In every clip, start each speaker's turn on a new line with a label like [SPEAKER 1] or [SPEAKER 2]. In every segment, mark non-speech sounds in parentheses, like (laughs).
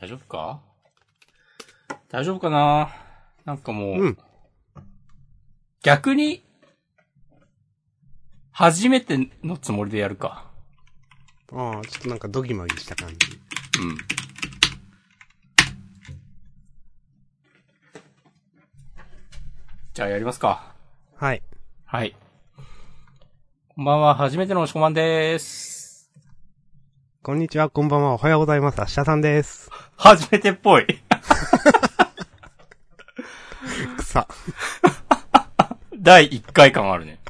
[SPEAKER 1] 大丈夫か大丈夫かななんかもう、
[SPEAKER 2] うん
[SPEAKER 1] 逆に、初めてのつもりでやるか。
[SPEAKER 2] ああ、ちょっとなんかドギマギした感じ。
[SPEAKER 1] うん。じゃあやりますか。
[SPEAKER 2] はい。
[SPEAKER 1] はい。こんばんは、初めての押し込まんでーす。
[SPEAKER 2] こんにちは、こんばんは、おはようございます。明日さんです。
[SPEAKER 1] 初めてっぽい。
[SPEAKER 2] くさ。
[SPEAKER 1] (laughs) 第1回感あるね。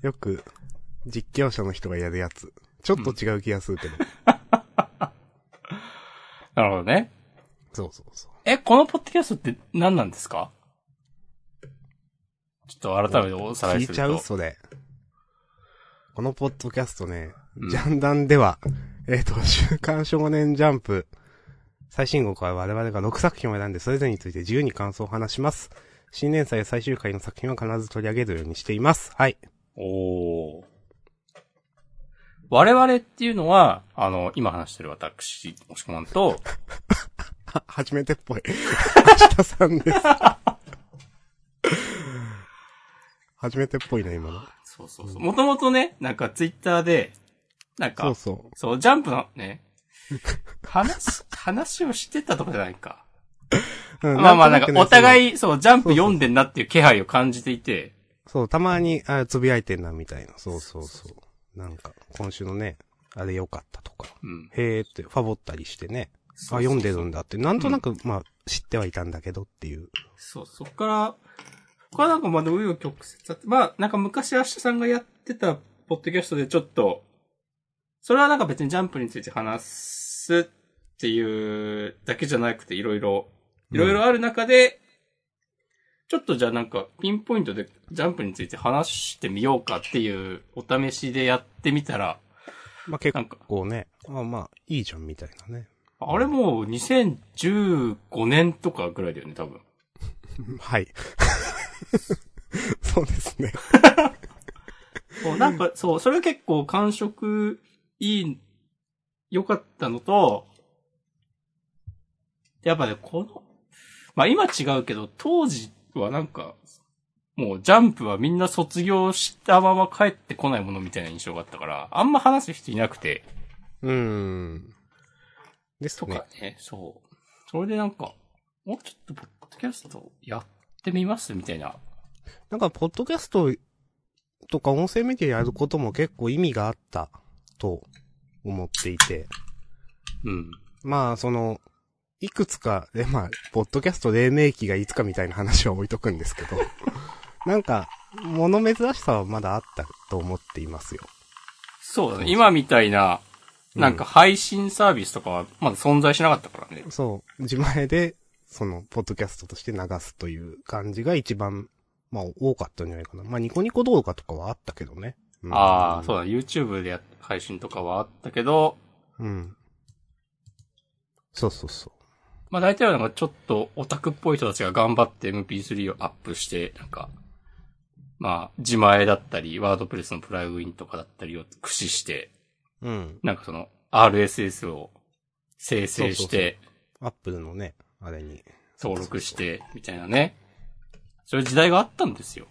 [SPEAKER 2] よく、実況者の人がやるやつ。ちょっと違う気がするけど。
[SPEAKER 1] なるほどね。
[SPEAKER 2] そうそうそう。
[SPEAKER 1] え、このポッドキャストって何なんですかちょっと改めておさらい
[SPEAKER 2] 聞
[SPEAKER 1] す
[SPEAKER 2] い
[SPEAKER 1] る
[SPEAKER 2] ちゃう
[SPEAKER 1] と。
[SPEAKER 2] それ。このポッドキャストね、
[SPEAKER 1] うん
[SPEAKER 2] ジャンダンでは、えっ、と、週刊少年ジャンプ、最新号から我々が6作品を選んで、それぞれについて自由に感想を話します。新年祭や最終回の作品は必ず取り上げるようにしています。はい。
[SPEAKER 1] おー。我々っていうのは、あの、今話してる私、もしこまんと、
[SPEAKER 2] は、 (laughs) 初めてっぽい。明日さんです。初めてっぽいな、今の。
[SPEAKER 1] そうそうそう。もともとね、なんかツイッターで、なんか、
[SPEAKER 2] そうそう。
[SPEAKER 1] そう、ジャンプのね、話、話をしてたとかじゃない
[SPEAKER 2] (laughs)
[SPEAKER 1] か。
[SPEAKER 2] う
[SPEAKER 1] まあまあなん
[SPEAKER 2] と
[SPEAKER 1] か
[SPEAKER 2] く、ね
[SPEAKER 1] お互い、そう、ジャンプ読んでんなっていう気配を感じていて、
[SPEAKER 2] そのそう、たまに、あつぶやいてんな、みたいな。そうそうそう。なんか、今週のね、あれ良かったとか。
[SPEAKER 1] うん。
[SPEAKER 2] へえって、ファボったりしてね。
[SPEAKER 1] そ
[SPEAKER 2] あ、
[SPEAKER 1] う
[SPEAKER 2] 読んでるんだって。なんとなく、まあ、知ってはいたんだけどっていう。
[SPEAKER 1] そう、そっから、ここはなんかまだ紆余曲折あって、まあなんか昔明日さんがやってたポッドキャストでちょっと、それはなんか別にジャンプについて話すっていうだけじゃなくていろいろ、いろいろある中で、ちょっとじゃあなんかピンポイントでジャンプについて話してみようかっていうお試しでやってみたら、
[SPEAKER 2] まあ結
[SPEAKER 1] なんか
[SPEAKER 2] 構ね、まあまあ、いいじゃん、みたいなね。
[SPEAKER 1] あれもう2015年とかぐらいだよね、多分。
[SPEAKER 2] はい。 (laughs) そうですね。
[SPEAKER 1] そう、なんか、そう、それ結構感触いい、良かったのと、やっぱね、この、まあ今違うけど、当時はなんか、もうジャンプはみんな卒業したまま帰ってこないものみたいな印象があったから、あんま話す人いなくて、
[SPEAKER 2] うーん。です
[SPEAKER 1] と
[SPEAKER 2] ね
[SPEAKER 1] か。ね、そう。それでなんか、もうちょっとポッドキャストやってみますみたいな。
[SPEAKER 2] なんか、ポッドキャストとか音声メディアやることも結構意味があったと思っていて。
[SPEAKER 1] うん。
[SPEAKER 2] まあ、その、いくつか、で、まあ、ポッドキャスト黎明期がいつかみたいな話は置いとくん
[SPEAKER 1] (laughs)
[SPEAKER 2] ですけど、なんか、物珍しさはまだあったと思っていますよ。
[SPEAKER 1] そうだね。今みたいな、なんか配信サービスとかはまだ存在しなかったからね。
[SPEAKER 2] そう、自前で、その、ポッドキャストとして流すという感じが一番、まあ、多かったんじゃないかな。まあ、ニコニコ動画とかはあったけどね。うん
[SPEAKER 1] ああ、そうだ、YouTube でや配信とかはあったけど、
[SPEAKER 2] うん。そうそうそう。
[SPEAKER 1] まあ大体はなんかちょっとオタクっぽい人たちが頑張って MP3 をアップして、なんか、まあ自前だったり、ワードプレスのプラグインとかだったりを駆使して、
[SPEAKER 2] うん。
[SPEAKER 1] なんかその RSS を生成して、
[SPEAKER 2] アップルのね、あれに。
[SPEAKER 1] 登録して、みたいなね。そういう時代があったんですよ。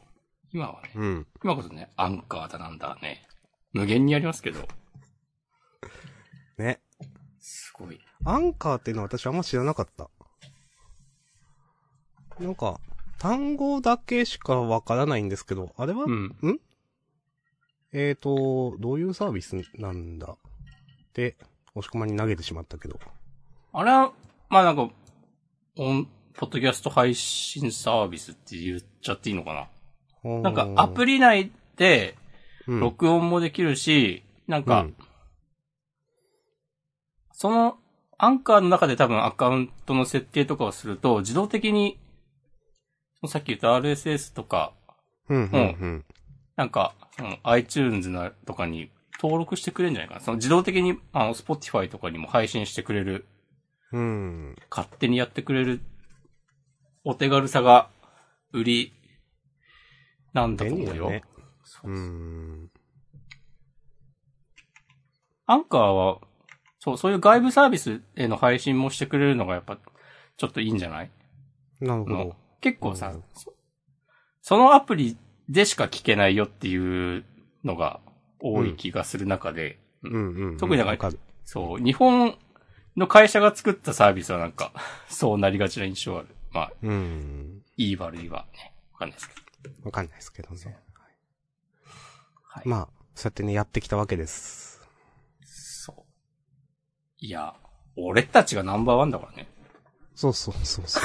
[SPEAKER 1] 今はね。
[SPEAKER 2] うん。
[SPEAKER 1] 今こそね、アンカーだなんだね。無限にありますけど。
[SPEAKER 2] ね。
[SPEAKER 1] すごい。
[SPEAKER 2] アンカーっていうのは私あんま知らなかった。なんか、単語だけしかわからないんですけど、あれは、
[SPEAKER 1] うん。
[SPEAKER 2] えーと、どういうサービスなんだって、押し込まに投げてしまったけど。
[SPEAKER 1] あれは、まあなんか、オン、ポッドキャスト配信サービスって言っちゃっていいのかな。なんかアプ
[SPEAKER 2] リ、
[SPEAKER 1] リ内で
[SPEAKER 2] うん
[SPEAKER 1] 録音もできるし、なんか、
[SPEAKER 2] うん
[SPEAKER 1] そのアンカーの中で多分アカウントの設定とかをすると、自動的に、そのさっき言った RSS とか、
[SPEAKER 2] うん、うん、うん。
[SPEAKER 1] なんか、その iTunes なとかに登録してくれるんじゃないかな。その自動的に、あの、Spotify とかにも配信してくれる
[SPEAKER 2] うん。
[SPEAKER 1] 勝手にやってくれるお手軽さが売りなんだと
[SPEAKER 2] 便
[SPEAKER 1] 思
[SPEAKER 2] 利だ
[SPEAKER 1] うよ。
[SPEAKER 2] ね。
[SPEAKER 1] そう
[SPEAKER 2] うん。
[SPEAKER 1] アンカーはそう、そういう外部サービスへの配信もしてくれるのがやっぱ、ちょっといいんじゃない
[SPEAKER 2] なるほ
[SPEAKER 1] の
[SPEAKER 2] ど。
[SPEAKER 1] 結構さ、
[SPEAKER 2] うん
[SPEAKER 1] そそのアプリでしか聞けないよっていうのが多い気がする中で、
[SPEAKER 2] うんうん、うん。
[SPEAKER 1] 特になんか
[SPEAKER 2] わかる。
[SPEAKER 1] そう、日本の会社が作ったサービスはなんか、そうなりがちな印象ある。まあ、
[SPEAKER 2] うん。
[SPEAKER 1] いい悪いはね、わかんないですけど。
[SPEAKER 2] わかんないですけどね。
[SPEAKER 1] はい。
[SPEAKER 2] まあ、そうやってね、やってきたわけです。
[SPEAKER 1] そう。いや、俺たちがナンバーワンだからね。
[SPEAKER 2] そうそうそう (laughs) そう。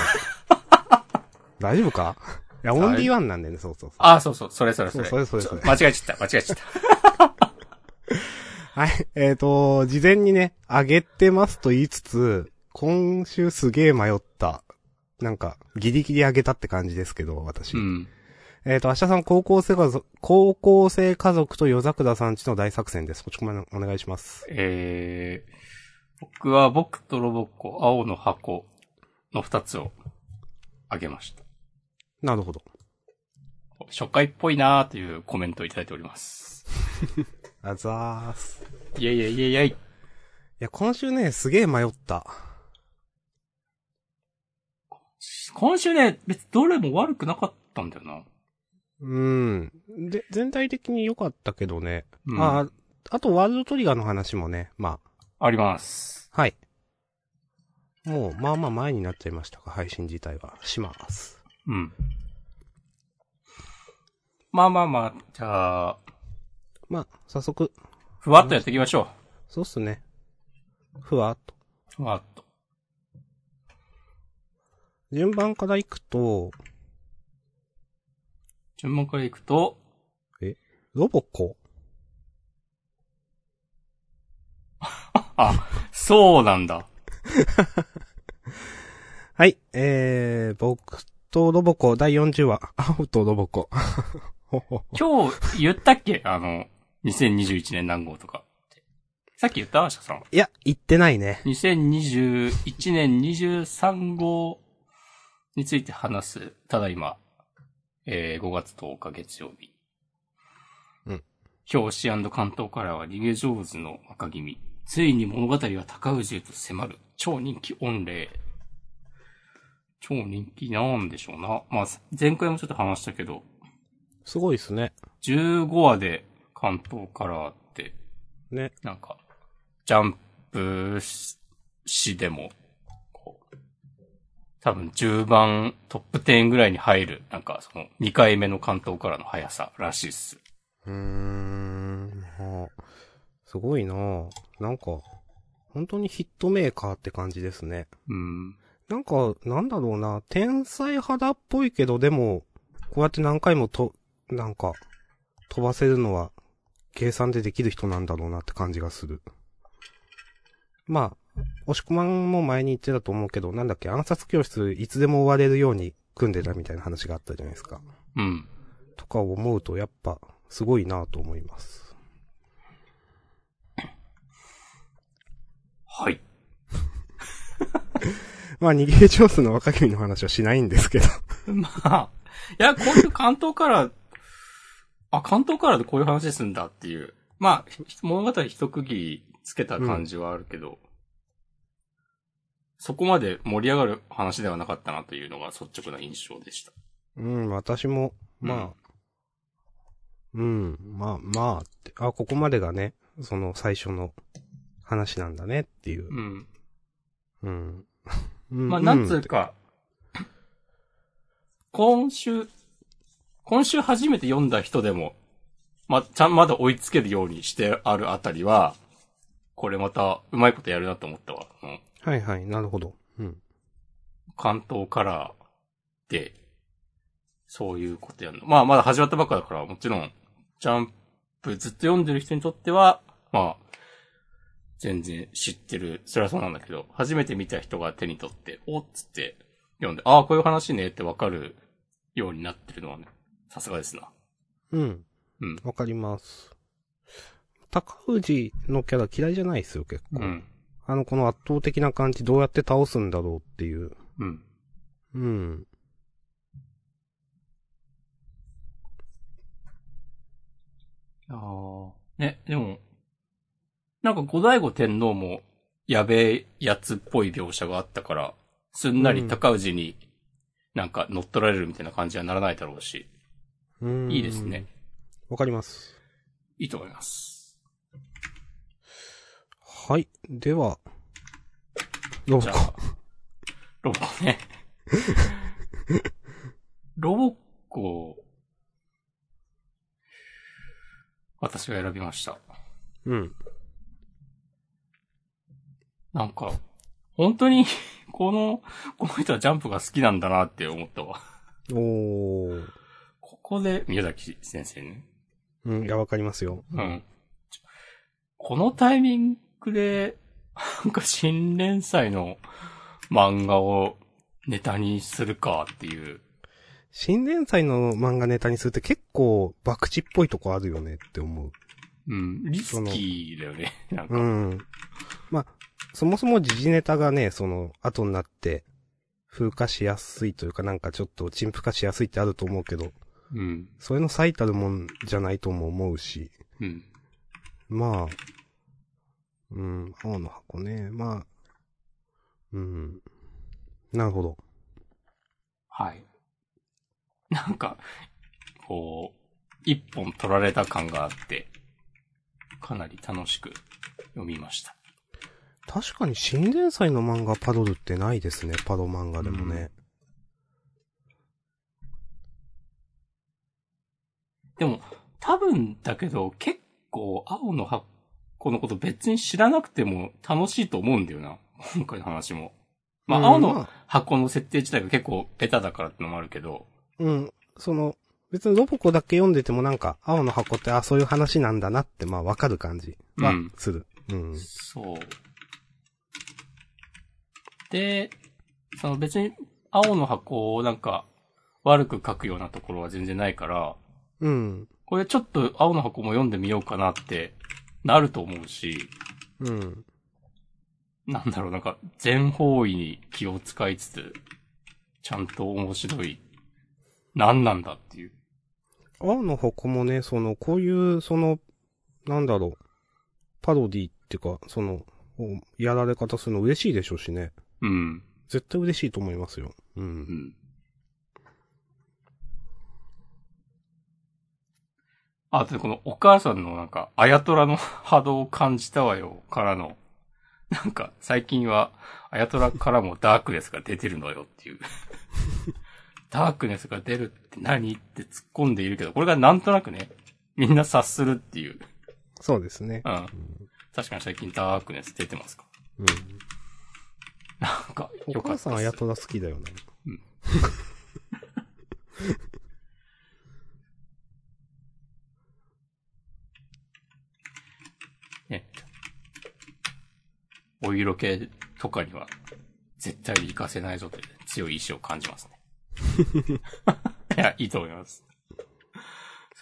[SPEAKER 2] 大丈夫かいや、オンリーワンなんでね、そうそうそう。
[SPEAKER 1] ああ、そうそう、それそれそれ。
[SPEAKER 2] そうそれそれそれ
[SPEAKER 1] ちょ間違えちゃった、間違えち
[SPEAKER 2] (laughs)
[SPEAKER 1] ゃった。
[SPEAKER 2] はい。えっ、と、事前にね、あげてますと言いつつ、今週すげえ迷った。なんか、ギリギリあげたって感じですけど、私。
[SPEAKER 1] うん。
[SPEAKER 2] えっ、と、明日さん、高校生家族、高校生家族と夜桜さんちの大作戦です。こっちまでお願いします。
[SPEAKER 1] えー、僕は僕とロボッコ、青の箱の二つをあげました。
[SPEAKER 2] なるほど。
[SPEAKER 1] 初回っぽいなーというコメントをいただいております。
[SPEAKER 2] あざーす。い
[SPEAKER 1] いやいやいやいやい。
[SPEAKER 2] や、今週ね、すげえ迷った。
[SPEAKER 1] 今週ね、別にどれも悪くなかったんだよな。
[SPEAKER 2] うん。で、全体的に良かったけどね。
[SPEAKER 1] うん
[SPEAKER 2] あ、あと、ワールドトリガーの話もね、ま
[SPEAKER 1] あります。
[SPEAKER 2] あ、はい。もう、まあまあ前になっちゃいましたが、配信自体はします。
[SPEAKER 1] うん。まあまあまあ、じゃあ、
[SPEAKER 2] まあ、早速、
[SPEAKER 1] ふわっとやっていきましょ
[SPEAKER 2] そうっすね。ふわっと。
[SPEAKER 1] う。ふわっと。
[SPEAKER 2] 順番から行くと、
[SPEAKER 1] 順番からいくと、
[SPEAKER 2] ロボコ。
[SPEAKER 1] あ、そうなんだ。
[SPEAKER 2] はい、えー、僕とロボコ第40話、青とロボコ。 (laughs) ほほほ
[SPEAKER 1] 今日言ったっけあの、2021年何号とかって。さっき言ったアーシャさん。
[SPEAKER 2] いや、言ってないね。
[SPEAKER 1] 2021年23号について話す、ただいま、えー5月10日月曜日。
[SPEAKER 2] うん。
[SPEAKER 1] 表紙関東カラーは逃げ上手の若君。ついに物語は高氏へと迫る。超人気御礼。超人気なんでしょうな。まあ、前回もちょっと話したけど、
[SPEAKER 2] すごいっすね。
[SPEAKER 1] 15話で関東カラーって、
[SPEAKER 2] ね。
[SPEAKER 1] なんか、ジャンプ誌でも、こう、多分10番トップ10ぐらいに入る、なんかその2回目の関東からの速さらしいっす。
[SPEAKER 2] うーん、まあ、すごいなぁなんか、本当にヒットメーカーって感じですね。
[SPEAKER 1] うん。
[SPEAKER 2] なんか、なんだろうな、天才肌っぽいけど、でも、こうやって何回もと、なんか、飛ばせるのは、計算でできる人なんだろうなって感じがする。まあ、押し込まんも前に言ってたと思うけど、なんだっけ、暗殺教室いつでも終われるように組んでたみたいな話があったじゃないですか。
[SPEAKER 1] うん。
[SPEAKER 2] とか思うと、やっぱ、すごいなぁと思います。
[SPEAKER 1] はい。 (laughs)
[SPEAKER 2] まあ、逃げ上手の若君の話はしないんですけど。
[SPEAKER 1] まあ、いや、こういう関東から、あ、関東からでこういう話すんだっていう。まあ、ひ物語一区切りつけた感じはあるけど、そこまで盛り上がる話ではなかったなというのが率直な印象でした。
[SPEAKER 2] うん、私も、まあ、うん、まあまあって、あ、ここまでがね、その最初の話なんだねっていう
[SPEAKER 1] う。ん。
[SPEAKER 2] うん。うん
[SPEAKER 1] まあ、なんつう。か、今週、今週初めて読んだ人でも、まあ、ちゃん、まだ追いつけるようにしてあるあたりは、これまた、うまいことやるなと思ったわ。うん
[SPEAKER 2] うんはいはい、なるほど。うん。
[SPEAKER 1] 関東カラーで、そういうことやるの。まあ、まだ始まったばっかだから、もちろん、ジャンプずっと読んでる人にとっては、まあ、全然知ってる、そりゃそうなんだけど、初めて見た人が手に取って、おっつって読んで、ああ、こういう話ねってわかるようになってるのはね、さすがですな。
[SPEAKER 2] うん。
[SPEAKER 1] うん
[SPEAKER 2] わかります。高氏のキャラ嫌いじゃないですよ、結構。
[SPEAKER 1] うん。
[SPEAKER 2] あの、この圧倒的な感じ、どうやって倒すんだろうっていう。
[SPEAKER 1] うん。
[SPEAKER 2] うん。
[SPEAKER 1] ああ。ね、でも、なんか後醍醐天皇も、やべえやつっぽい描写があったから、すんなり高氏になんか乗っ取られるみたいな感じはならないだろうし、
[SPEAKER 2] うん
[SPEAKER 1] いいですね。。
[SPEAKER 2] わかります。
[SPEAKER 1] いいと思います。
[SPEAKER 2] はい。では、ロボ
[SPEAKER 1] じゃ
[SPEAKER 2] コ。
[SPEAKER 1] あ、ロボコ
[SPEAKER 2] (laughs)
[SPEAKER 1] ね。ロボコ、私が選びました。
[SPEAKER 2] うん。
[SPEAKER 1] なんか、本当に、この、この人はジャンプが好きなんだなって思ったわ。
[SPEAKER 2] おー。
[SPEAKER 1] ここで、宮崎先生ね。
[SPEAKER 2] うん、いや、わかりますよ。
[SPEAKER 1] うん。このタイミングで、 (laughs) なんか新連載の漫画をネタにするかっていう。
[SPEAKER 2] 新連載の漫画ネタにするって結構、博打っぽいとこあるよねって思う。
[SPEAKER 1] うん。リスキーだよね。なんか。
[SPEAKER 2] うん。まあ、そもそも時事ネタがね、その、後になって、風化しやすいというか、なんかちょっと陳腐化しやすいってあると思うけど、
[SPEAKER 1] うん。
[SPEAKER 2] それの最たるもんじゃないとも思うし、
[SPEAKER 1] うん。
[SPEAKER 2] まあ、うん、青の箱ね、まあ、うん、なるほど。
[SPEAKER 1] はい。なんか、こう、一本取られた感があって、かなり楽しく読みました。
[SPEAKER 2] 確かに新連載の漫画パドルってないですね、パド漫画でもね。
[SPEAKER 1] でも、多分だけど、結構、青の箱のこと別に知らなくても楽しいと思うんだよな。 (laughs) 今回の話も。まあ、
[SPEAKER 2] うん
[SPEAKER 1] 青の
[SPEAKER 2] ま
[SPEAKER 1] 箱の設定自体が結構ベタだからってのもあるけど、
[SPEAKER 2] うん、その、別にロボコだけ読んでてもなんか、青の箱って、あ、そういう話なんだなって、まあわかる感じは
[SPEAKER 1] うん
[SPEAKER 2] する。うん。
[SPEAKER 1] そう。で、その別に青の箱をなんか悪く書くようなところは全然ないから、
[SPEAKER 2] うん。
[SPEAKER 1] これちょっと青の箱も読んでみようかなってなると思うし、
[SPEAKER 2] うん。
[SPEAKER 1] (laughs) なんだろう、なんか全方位に気を使いつつ、ちゃんと面白い、何なんだっていう。
[SPEAKER 2] 青の箱もね、その、こういう、その、なんだろう、パロディっていうか、その、おやられ方するの嬉しいでしょうしね。
[SPEAKER 1] うん。
[SPEAKER 2] 絶対嬉しいと思いますよ。う。
[SPEAKER 1] うんん。あとね、このお母さんのなんか、あやとらの波動を感じたわよからの、なんか、最近は、あやとらからもダークネスが出てるのよっていう。 (laughs) ダークネスが出るって何って突っ込んでいるけど、これがなんとなくね、みんな察するっていう。
[SPEAKER 2] そうですね。
[SPEAKER 1] うん。確かに最近ダークネス出てますか。
[SPEAKER 2] うん。
[SPEAKER 1] なんか、
[SPEAKER 2] お
[SPEAKER 1] よか
[SPEAKER 2] 母
[SPEAKER 1] った
[SPEAKER 2] さん
[SPEAKER 1] で
[SPEAKER 2] あ
[SPEAKER 1] す
[SPEAKER 2] や。とら好きだよね。
[SPEAKER 1] ね。お色気とかには絶対に行かせないぞという強い意志を感じます
[SPEAKER 2] (laughs)
[SPEAKER 1] ね。いや、いいと思います。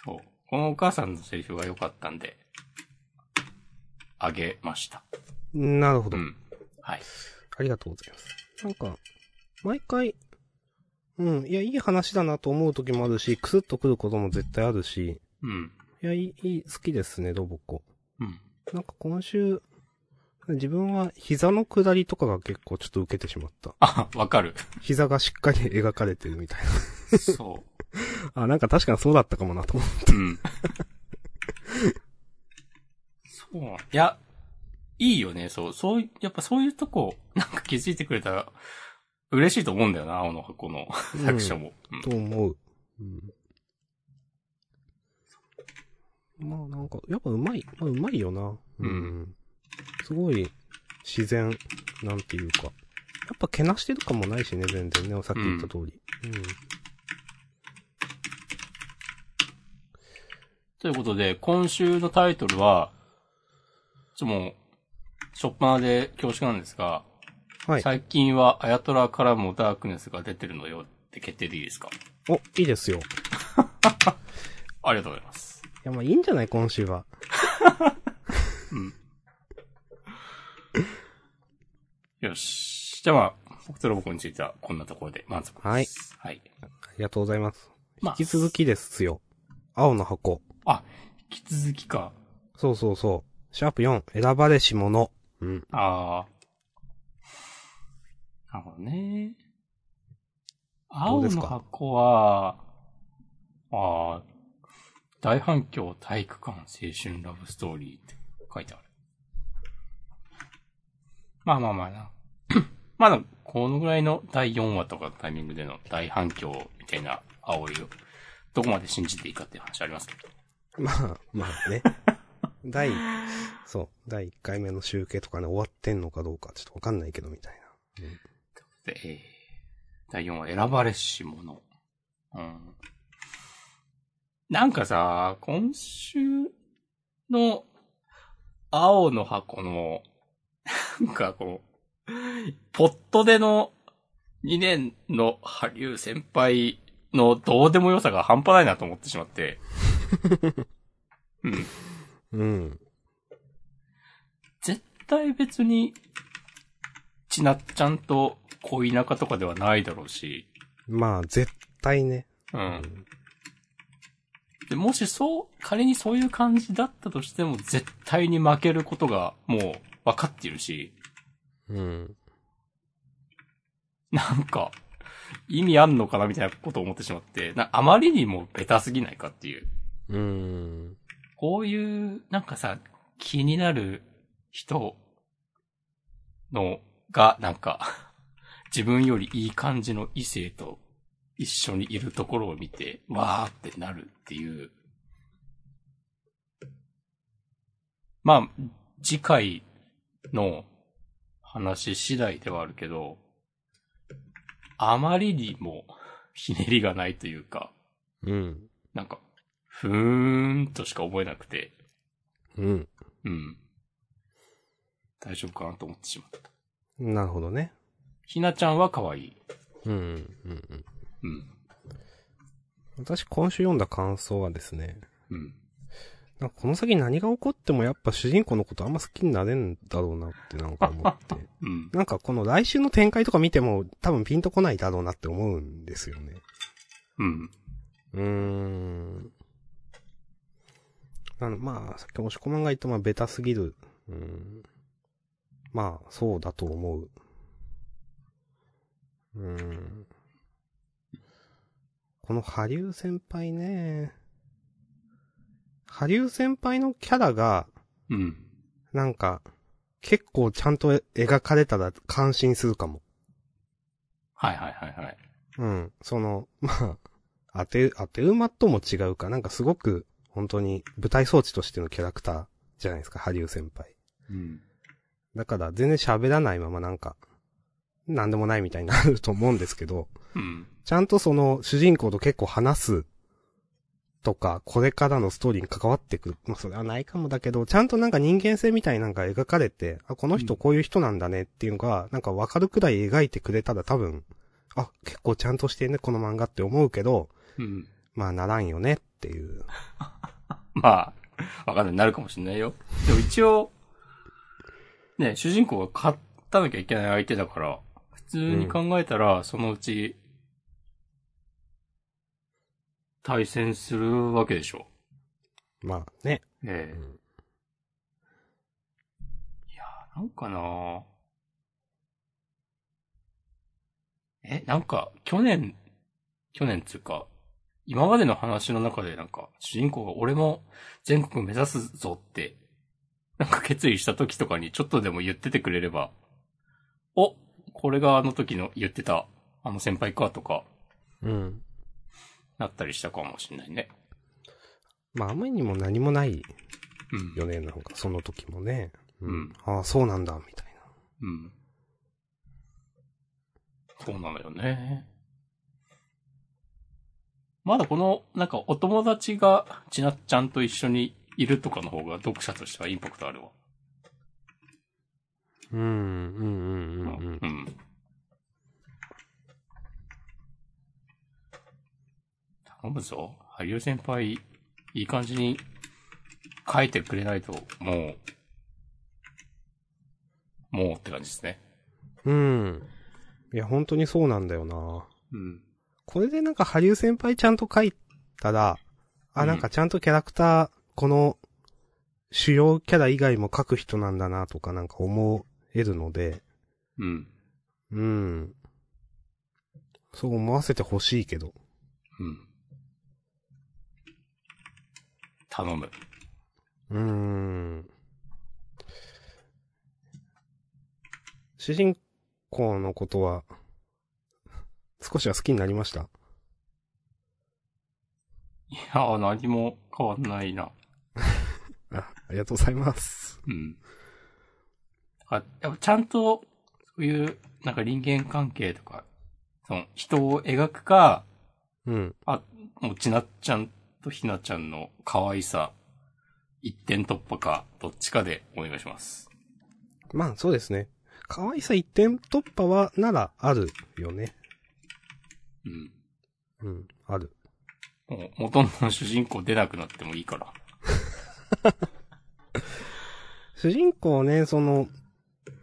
[SPEAKER 1] そう。このお母さんのセリフが良かったんで、あげました。
[SPEAKER 2] なるほ
[SPEAKER 1] う
[SPEAKER 2] ど。
[SPEAKER 1] ん。はい。
[SPEAKER 2] ありがとうございます。なんか、毎回、うん、いや、いい話だなと思う時もあるし、クスッとくることも絶対あるし、
[SPEAKER 1] うん。
[SPEAKER 2] いや、いい、いい好きですね、ロボコ。
[SPEAKER 1] うん。
[SPEAKER 2] なんか今週、自分は膝の下りとかが結構ちょっと受けてしまった。
[SPEAKER 1] あ、わかる。
[SPEAKER 2] 膝がしっかり描かれてるみたい
[SPEAKER 1] そ
[SPEAKER 2] な。あ、なんか確かにそうだったかもなと (laughs) 思う。
[SPEAKER 1] う。うん。 (laughs) そう。いや、いいよね。そう、そうい、やっぱそういうとこ、なんか気づいてくれたら、嬉しいと思うんだよな、青の箱の作者も。うん
[SPEAKER 2] と思う。うん、まあなんか、やっぱうまい。まあうまいよな。
[SPEAKER 1] うん
[SPEAKER 2] すごい、自然、なんていうか。やっぱけなしてる感もないしね、全然ね、さっき言った通り。うん。
[SPEAKER 1] ということで、今週のタイトルは、ちょっともう、しょっぱなで恐縮なんですが、
[SPEAKER 2] はい。
[SPEAKER 1] 最近はアヤトラからもダークネスが出てるのよって決定でいいですか
[SPEAKER 2] お、いいですよ。い
[SPEAKER 1] ありがとうございます。
[SPEAKER 2] や、まあいいんじゃない今週は。
[SPEAKER 1] よし。じゃあまあ、僕とロボコについてはこんなところで満足です。はい。はい。
[SPEAKER 2] ありがとうございます。
[SPEAKER 1] ま
[SPEAKER 2] 引
[SPEAKER 1] あ
[SPEAKER 2] き続きですよ。青の箱。
[SPEAKER 1] あ、引き続きか。
[SPEAKER 2] そうそうそう。シャープ4、選ばれし者。うん。
[SPEAKER 1] ああ。なるほどね。
[SPEAKER 2] どう
[SPEAKER 1] 青
[SPEAKER 2] です
[SPEAKER 1] の
[SPEAKER 2] か
[SPEAKER 1] 箱は、ああ、大反響体育館青春ラブストーリーって書いてある。まあまあまあな。 (coughs) まだ、このぐらいの第4話とかのタイミングでの大反響みたいな煽りを、どこまで信じていいかっていう話ありますけど。
[SPEAKER 2] (laughs) まあ、まあね。第、そう、第1回目の集計とかね、終わってんのかどうかちょっとわかんないけど、みたい
[SPEAKER 1] で、えー第4話、選ばれし者。うん。なんかさ、今週の青の箱の、なんかこう、ポットでの2年の波竜先輩のどうでも良さが半端ないなと思ってしまって。うん。
[SPEAKER 2] な。うん。
[SPEAKER 1] 絶対別に、ちなっちゃんと恋仲とかではないだろうし、
[SPEAKER 2] まあ、絶対ね。
[SPEAKER 1] うん。で、もしそう、仮にそういう感じだったとしても、絶対に負けることがもう分かっているし、
[SPEAKER 2] うん。
[SPEAKER 1] なんか、意味あんのかなみたいなことを思ってしまって、な、あまりにもベタすぎないかっていう。
[SPEAKER 2] うん。
[SPEAKER 1] こういう、なんかさ、気になる人の、が、なんか、 (laughs) 自分よりいい感じの異性と一緒にいるところを見て、わーってなるっていう。まあ、次回の話次第ではあるけど、あまりにもひねりがないというか、
[SPEAKER 2] うん。
[SPEAKER 1] なんか、ふーんとしか思えなくて、
[SPEAKER 2] うん。
[SPEAKER 1] うん。大丈夫かなと思ってしまった。
[SPEAKER 2] なるほどね。
[SPEAKER 1] ひなちゃんは可愛い。
[SPEAKER 2] うん。うん。うん
[SPEAKER 1] うん。
[SPEAKER 2] 私、今週読んだ感想はですね、
[SPEAKER 1] うん。
[SPEAKER 2] なんかこの先何が起こってもやっぱ主人公のことあんま好きになれんだろうなってなんか思 (laughs) って。
[SPEAKER 1] うん。
[SPEAKER 2] なんかこの来週の展開とか見ても多分ピンとこないだろうなって思うんですよね。
[SPEAKER 1] うん。
[SPEAKER 2] うーん。あの、まあ、さっき押し込まんが言った、まあ、ベタすぎる。うーん。まあ、そうだと思う。うーん。この、波竜先輩ね。波竜先輩のキャラが、
[SPEAKER 1] うん。
[SPEAKER 2] なんか、結構ちゃんと描かれたら感心するかも。
[SPEAKER 1] はいはいはいはい。
[SPEAKER 2] うん。その、まあ、当て、当て馬とも違うか、なんかすごく、本当に舞台装置としてのキャラクターじゃないですか、ハリウ先輩。
[SPEAKER 1] うん。
[SPEAKER 2] だから全然喋らないままなんか、なんでもないみたいになると思うんですけど、
[SPEAKER 1] うん。
[SPEAKER 2] ちゃんとその主人公と結構話すとか、これからのストーリーに関わってくる。まあそれはないかもだけど、ちゃんとなんか人間性みたいなんか描かれて、あ、この人こういう人なんだねっていうのが、なんかわかるくらい描いてくれたら多分、あ、結構ちゃんとしてんね、この漫画って思うけど、
[SPEAKER 1] うん。
[SPEAKER 2] まあならんよねっていう。
[SPEAKER 1] まあ、わかんない。なるかもしれないよ。でも一応、ね、主人公が勝たなきゃいけない相手だから、普通に考えたら、そのうち、対戦するわけでしょ。
[SPEAKER 2] まあね。
[SPEAKER 1] ええ
[SPEAKER 2] うん
[SPEAKER 1] いやー、なんかなーえ、なんか、去年、去年つうか、今までの話の中でなんか、主人公が俺も全国目指すぞって、なんか決意した時とかにちょっとでも言っててくれれば、お、これがあの時の言ってた、あの先輩かとか、
[SPEAKER 2] うん。
[SPEAKER 1] なったりしたかもしれないね。
[SPEAKER 2] まああまりにも何もない
[SPEAKER 1] うん。
[SPEAKER 2] よね、なんかその時もね。
[SPEAKER 1] うん。
[SPEAKER 2] ああ、そうなんだ、みたいな。
[SPEAKER 1] うん。そうなのよね。まだこの、なんかお友達がちなっちゃんと一緒にいるとかの方が読者としてはインパクトあるわ。
[SPEAKER 2] うん、うん、うん、うん、うん。
[SPEAKER 1] ん。頼むぞ。俳優先輩、いい感じに書いてくれないと、もう、もうって感じですね。
[SPEAKER 2] うん。いや、本当にそうなんだよな。
[SPEAKER 1] うん。
[SPEAKER 2] これでなんか、ハリウ先輩ちゃんと書いたら、
[SPEAKER 1] う
[SPEAKER 2] あ、
[SPEAKER 1] ん
[SPEAKER 2] なんかちゃんとキャラクター、この、主要キャラ以外も書く人なんだな、とかなんか思えるので、
[SPEAKER 1] うん。
[SPEAKER 2] ううん。そう思わせてほしいけど。
[SPEAKER 1] うん。頼む。
[SPEAKER 2] うーん。主人公のことは、少しは好きになりました
[SPEAKER 1] いや、何も変わんないな。
[SPEAKER 2] あ、ありがとうございます。
[SPEAKER 1] うん。だからやっぱちゃんと、そういう、なんか人間関係とか、その、人を描くか、
[SPEAKER 2] うん。
[SPEAKER 1] もうちなっちゃんとひなちゃんの可愛さ、一点突破か、どっちかでお願いします。
[SPEAKER 2] まあ、そうですね。可愛さ一点突破は、なら、あるよね。
[SPEAKER 1] うん。
[SPEAKER 2] うん、ある。
[SPEAKER 1] もう、ほとんどの主人公出なくなってもいいから。
[SPEAKER 2] 主人公ね、その、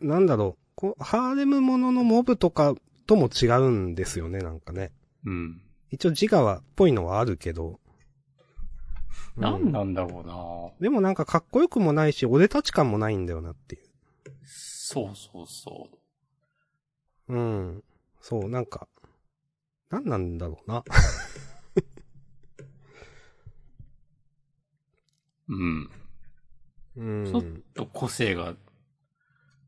[SPEAKER 2] なんだろう、こうハーレムもののモブとかとも違うんですよね、なんかね。
[SPEAKER 1] うん。
[SPEAKER 2] 一応自我は、っぽいのはあるけど。う
[SPEAKER 1] 何なんだろうな
[SPEAKER 2] でもなんかかっこよくもないし、俺たち感もないんだよなっていう。
[SPEAKER 1] そうそうそう。
[SPEAKER 2] うん。そう、なんか、なんなんだろうな。
[SPEAKER 1] うん。
[SPEAKER 2] う
[SPEAKER 1] ちょっ
[SPEAKER 2] ん。
[SPEAKER 1] と個性が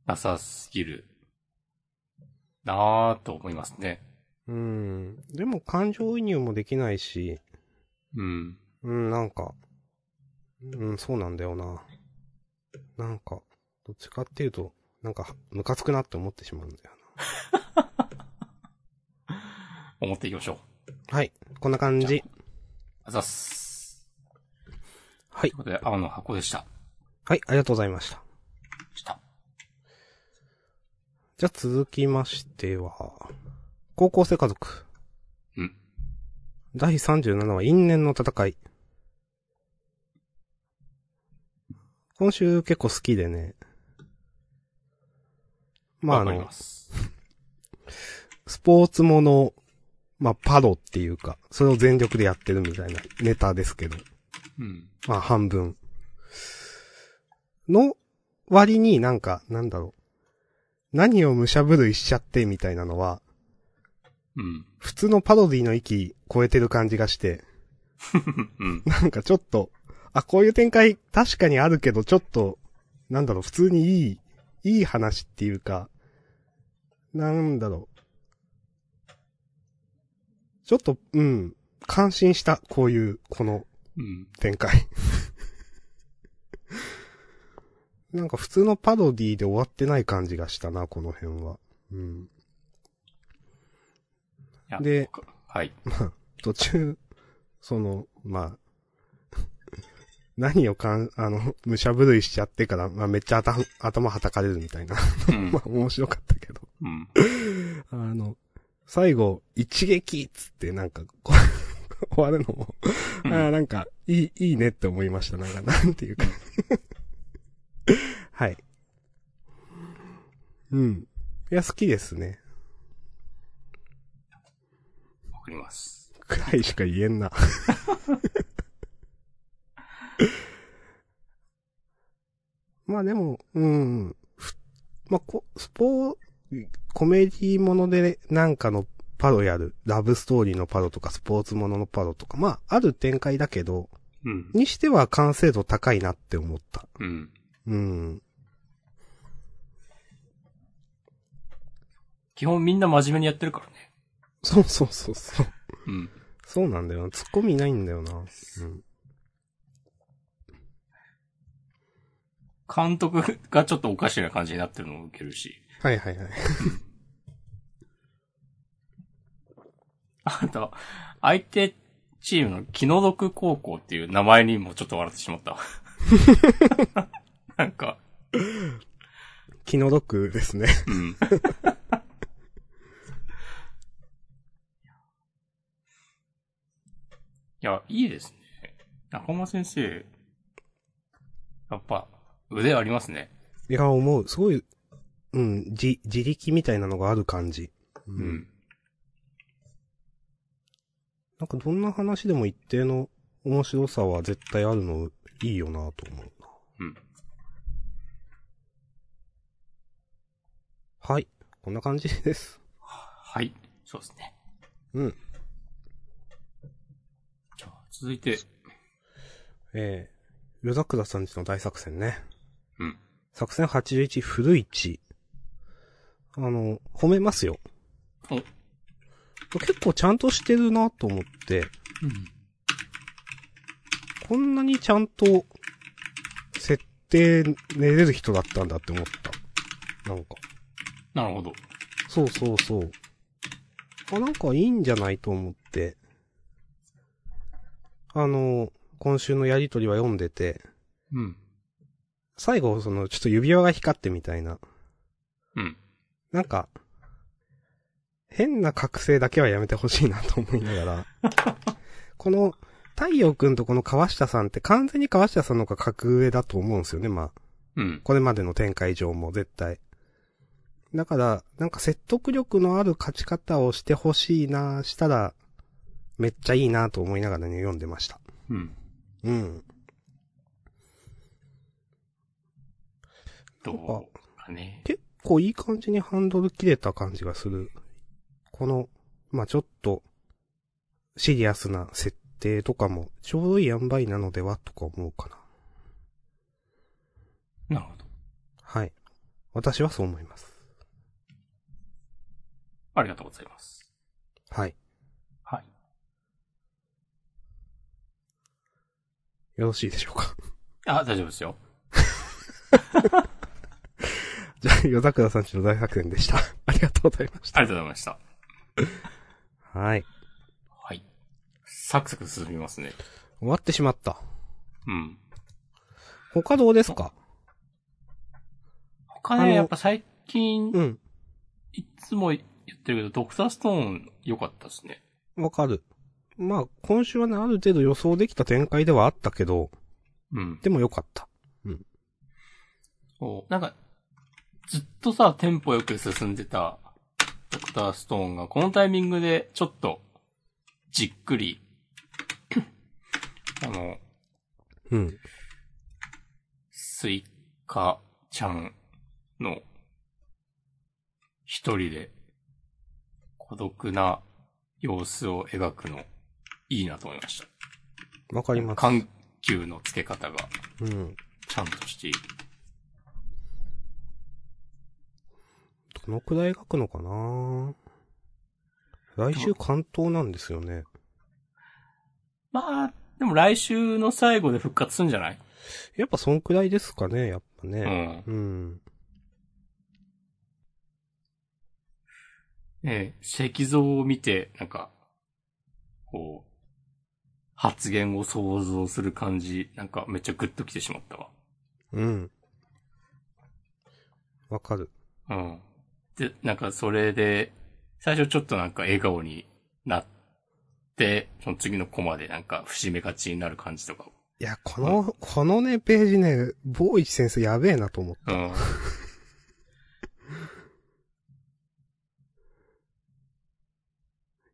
[SPEAKER 1] なさすぎるなぁと思いますね。
[SPEAKER 2] うん。でも感情移入もできないし、
[SPEAKER 1] うん。
[SPEAKER 2] うん、なんか、うん、そうなんだよな。なんか、どっちかっていうと、なんか、ムカつくなって思ってしまうんだよ
[SPEAKER 1] 思っていきましょう。
[SPEAKER 2] な。はい。こんな感じ。
[SPEAKER 1] あざっす。
[SPEAKER 2] はい
[SPEAKER 1] ということで、青の箱でした。
[SPEAKER 2] はい、ありがとうございました。
[SPEAKER 1] した。
[SPEAKER 2] じゃあ続きましては、高校生家族。
[SPEAKER 1] うん。
[SPEAKER 2] 第37話、因縁の戦い。今週結構好きでね。まあ、あ
[SPEAKER 1] わかり
[SPEAKER 2] の
[SPEAKER 1] ま、す。
[SPEAKER 2] スポーツもの、まあ、パロっていうか、それを全力でやってるみたいなネタですけど、
[SPEAKER 1] うん。
[SPEAKER 2] まあ、半分。の割になんか、なんだろう。何を武者震いしちゃってみたいなのは、
[SPEAKER 1] うん。
[SPEAKER 2] 普通のパロディの域超えてる感じがして、
[SPEAKER 1] うん。
[SPEAKER 2] なんかちょっと、あ、こういう展開確かにあるけど、ちょっと、なんだろう、普通にいい、いい話っていうか、なんだろう。ちょっと、うん、感心した、こういう、この
[SPEAKER 1] うん。
[SPEAKER 2] 展開。 (laughs) なんか普通のパロディで終わってない感じがしたな、この辺は。うん。
[SPEAKER 1] いや
[SPEAKER 2] で、 (laughs)
[SPEAKER 1] はい。
[SPEAKER 2] 途中、その、まあ、 (laughs) 何をかん、あの、武者震いしちゃってから、まあめっちゃ頭、頭はたかれるみたいな。 (laughs)
[SPEAKER 1] うん
[SPEAKER 2] ま。あ面白かったけど。
[SPEAKER 1] うん。
[SPEAKER 2] あの、最後、一撃っつってなんか、こ (laughs) う終わるのも、
[SPEAKER 1] う
[SPEAKER 2] あ
[SPEAKER 1] ん
[SPEAKER 2] ーなんか、いい、いいねって思いました。なんか、なんていうか。 (laughs) はい。うん。いや、好きですね。
[SPEAKER 1] わかります。
[SPEAKER 2] くらいしか言えんな。 (laughs) まあでも、うん。ふまあ、こ、スポー、コメディものでなんかのパロやる。ラブストーリーのパロとか、スポーツもののパロとか、まあ、ある展開だけど、
[SPEAKER 1] うん。
[SPEAKER 2] にしては完成度高いなって思った。
[SPEAKER 1] うん。
[SPEAKER 2] うん。
[SPEAKER 1] 基本みんな真面目にやってるからね。
[SPEAKER 2] そうそうそうそう。
[SPEAKER 1] うん。
[SPEAKER 2] そうなんだよな。ツッコミないんだよな。うん。
[SPEAKER 1] 監督がちょっとおかしな感じになってるのも受けるし。
[SPEAKER 2] はいはいはい。
[SPEAKER 1] (laughs) あと、相手チームの気の毒高校っていう名前にもちょっと笑ってしまった。 (laughs) なんか、
[SPEAKER 2] 気の毒ですね。
[SPEAKER 1] うん。 (laughs) いや、いいですね。中間先生、やっぱ、腕ありますね。
[SPEAKER 2] いや、思う。すごい、うん、自、自力みたいなのがある感じ。う。
[SPEAKER 1] うんん。
[SPEAKER 2] なんかどんな話でも一定の面白さは絶対あるのいいよなと思うな。
[SPEAKER 1] うん。
[SPEAKER 2] はい。こんな感じです。 (laughs)
[SPEAKER 1] はい。そうですね。
[SPEAKER 2] うん。
[SPEAKER 1] じゃあ、続いて、
[SPEAKER 2] えー、夜桜さんちの大作戦ね。
[SPEAKER 1] うん。
[SPEAKER 2] 作戦81、古市。あの、褒めますよ。
[SPEAKER 1] お。うん。
[SPEAKER 2] 結構ちゃんとしてるなと思って、こんなにちゃんと、設定練れる人だったんだって思った。なんか。
[SPEAKER 1] なるほど。
[SPEAKER 2] そうそうそう。あ、なんかいいんじゃないと思って。あの、今週のやりとりは読んでて、
[SPEAKER 1] うん。
[SPEAKER 2] 最後、その、ちょっと指輪が光ってみたいな。
[SPEAKER 1] うん。
[SPEAKER 2] なんか、変な覚醒だけはやめてほしいなと思いなが (laughs) ら。この、太陽くんとこの川下さんって完全に川下さんの方が格上だと思うんですよね、まあ。
[SPEAKER 1] うん。
[SPEAKER 2] これまでの展開上も絶対。だから、なんか説得力のある勝ち方をしてほしいな、したら、めっちゃいいなと思いながらね、読んでました。
[SPEAKER 1] うん。
[SPEAKER 2] うん。
[SPEAKER 1] どうかね。
[SPEAKER 2] 結構いい感じにハンドル切れた感じがする。この、まあ、ちょっと、シリアスな設定とかも、ちょうどいい塩梅なのでは、とか思うかな。
[SPEAKER 1] なるほど。
[SPEAKER 2] はい。私はそう思います。
[SPEAKER 1] ありがとうございます。
[SPEAKER 2] はい。
[SPEAKER 1] はい。
[SPEAKER 2] よろしいでしょうか。
[SPEAKER 1] あ、大丈夫ですよ。
[SPEAKER 2] じ (laughs) ゃあ、夜桜さんちの大作戦でした。 (laughs) ありがとうございました。
[SPEAKER 1] ありがとうございました。
[SPEAKER 2] はい。
[SPEAKER 1] はい。サクサク進みますね。
[SPEAKER 2] 終わってしまった。
[SPEAKER 1] うん。
[SPEAKER 2] 他どうですか
[SPEAKER 1] 他
[SPEAKER 2] あの
[SPEAKER 1] ね、やっぱ最近、
[SPEAKER 2] うん。
[SPEAKER 1] いつも言ってるけど、ドクターストーン良かったですね。
[SPEAKER 2] わかる。まあ、今週はね、ある程度予想できた展開ではあったけど、
[SPEAKER 1] うん。
[SPEAKER 2] でもよかった。
[SPEAKER 1] そう。なんか、ずっとさ、テンポよく進んでた、ドクターストーンが、このタイミングで、ちょっと、じっくり、あの、
[SPEAKER 2] うん。
[SPEAKER 1] スイカちゃんの、一人で、孤独な様子を描くの、いいなと思いました。
[SPEAKER 2] わかります。
[SPEAKER 1] 緩急の付け方が、
[SPEAKER 2] うん。
[SPEAKER 1] ちゃんとしている。
[SPEAKER 2] どのくらい書くのかな来週関東なんですよね。
[SPEAKER 1] まあ、でも来週の最後で復活すんじゃない
[SPEAKER 2] やっぱそんくらいですかね、やっぱ
[SPEAKER 1] う
[SPEAKER 2] ね。
[SPEAKER 1] ん。
[SPEAKER 2] うん。
[SPEAKER 1] ねえ、石像を見て、なんか、こう、発言を想像する感じ、なんかめっちゃグッときてしまったわ。
[SPEAKER 2] うん。わかる。
[SPEAKER 1] うん。で、なんかそれで、最初ちょっとなんか笑顔になって、その次のコマでなんか節目がちになる感じとか。
[SPEAKER 2] いや、この、このね、ページね、ボーイチ先生やべえなと思った。
[SPEAKER 1] うん。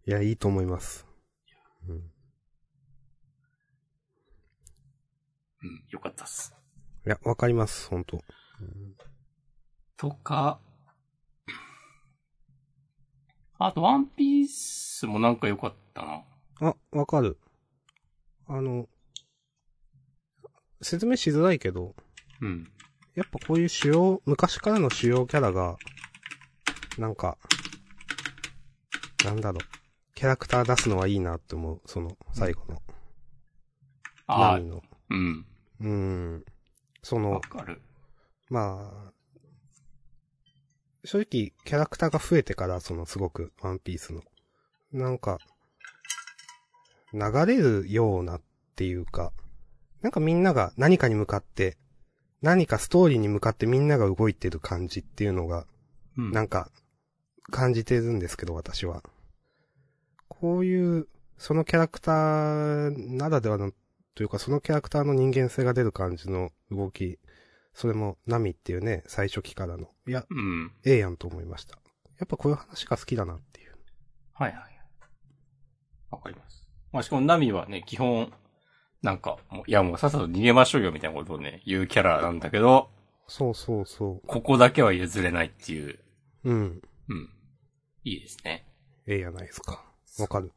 [SPEAKER 2] いや、いいと思います。う
[SPEAKER 1] う
[SPEAKER 2] ん。
[SPEAKER 1] ん、よかったっす。
[SPEAKER 2] いや、わかります、本当
[SPEAKER 1] とか、あとワンピースもなんか良かったな。
[SPEAKER 2] あ、わかる。あの、説明しづらいけど、
[SPEAKER 1] うん。
[SPEAKER 2] やっぱこういう主要、昔からの主要キャラが、なんか、なんだろう、キャラクター出すのはいいなって思う、その、最後の、
[SPEAKER 1] あ
[SPEAKER 2] ナ
[SPEAKER 1] あ
[SPEAKER 2] ミ、の。
[SPEAKER 1] うん。
[SPEAKER 2] うん。そ
[SPEAKER 1] わ
[SPEAKER 2] の、
[SPEAKER 1] かる。
[SPEAKER 2] まあ、正直、キャラクターが増えてから、その、すごく、ワンピースの。なんか、流れるようなっていうか、なんかみんなが何かに向かって、何かストーリーに向かってみんなが動いてる感じっていうのが、
[SPEAKER 1] うん
[SPEAKER 2] なんか、感じてるんですけど、私は。こういう、そのキャラクターならではの、というか、そのキャラクターの人間性が出る感じの動き、それも、ナミっていうね、最初期からの。いや、
[SPEAKER 1] うん。
[SPEAKER 2] ええやんと思いました。やっぱこういう話が好きだなっていう。
[SPEAKER 1] はいはい。わかります。まあ、しかもナミはね、基本、なんか、もういやもうさっさと逃げましょうよみたいなことをね、言うキャラなんだけど、
[SPEAKER 2] そうそうそ
[SPEAKER 1] ここだけは譲れないっていう、
[SPEAKER 2] う。うん。
[SPEAKER 1] うん。いいですね。
[SPEAKER 2] ええやないですか。わかる。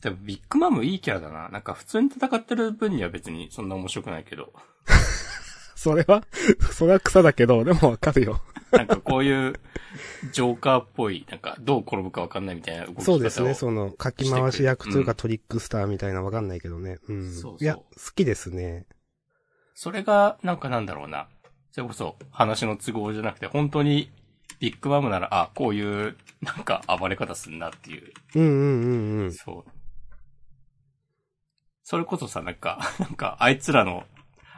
[SPEAKER 1] でも、ビッグマムいいキャラだな。なんか、普通に戦ってる分には別にそんな面白くないけど。 (laughs)
[SPEAKER 2] それは、 (laughs) それは草だけど、でもわかるよ。
[SPEAKER 1] なんか、こういう、ジョーカーっぽい、なんか、どう転ぶかわかんないみたいな動き方を。
[SPEAKER 2] (laughs) そうですね、その、かき回し役という
[SPEAKER 1] う
[SPEAKER 2] か
[SPEAKER 1] ん
[SPEAKER 2] トリックスターみたいなわかんないけどね。うん。
[SPEAKER 1] そうそう
[SPEAKER 2] いや、好きですね。
[SPEAKER 1] それが、なんかなんだろうな。それこそ、話の都合じゃなくて、本当に、ビッグマムなら、あ、こういう、なんか、暴れ方すんなっていう。
[SPEAKER 2] うんうんうんうん。
[SPEAKER 1] そう。それこそさ、なんか、 (laughs) なんか、あいつらの、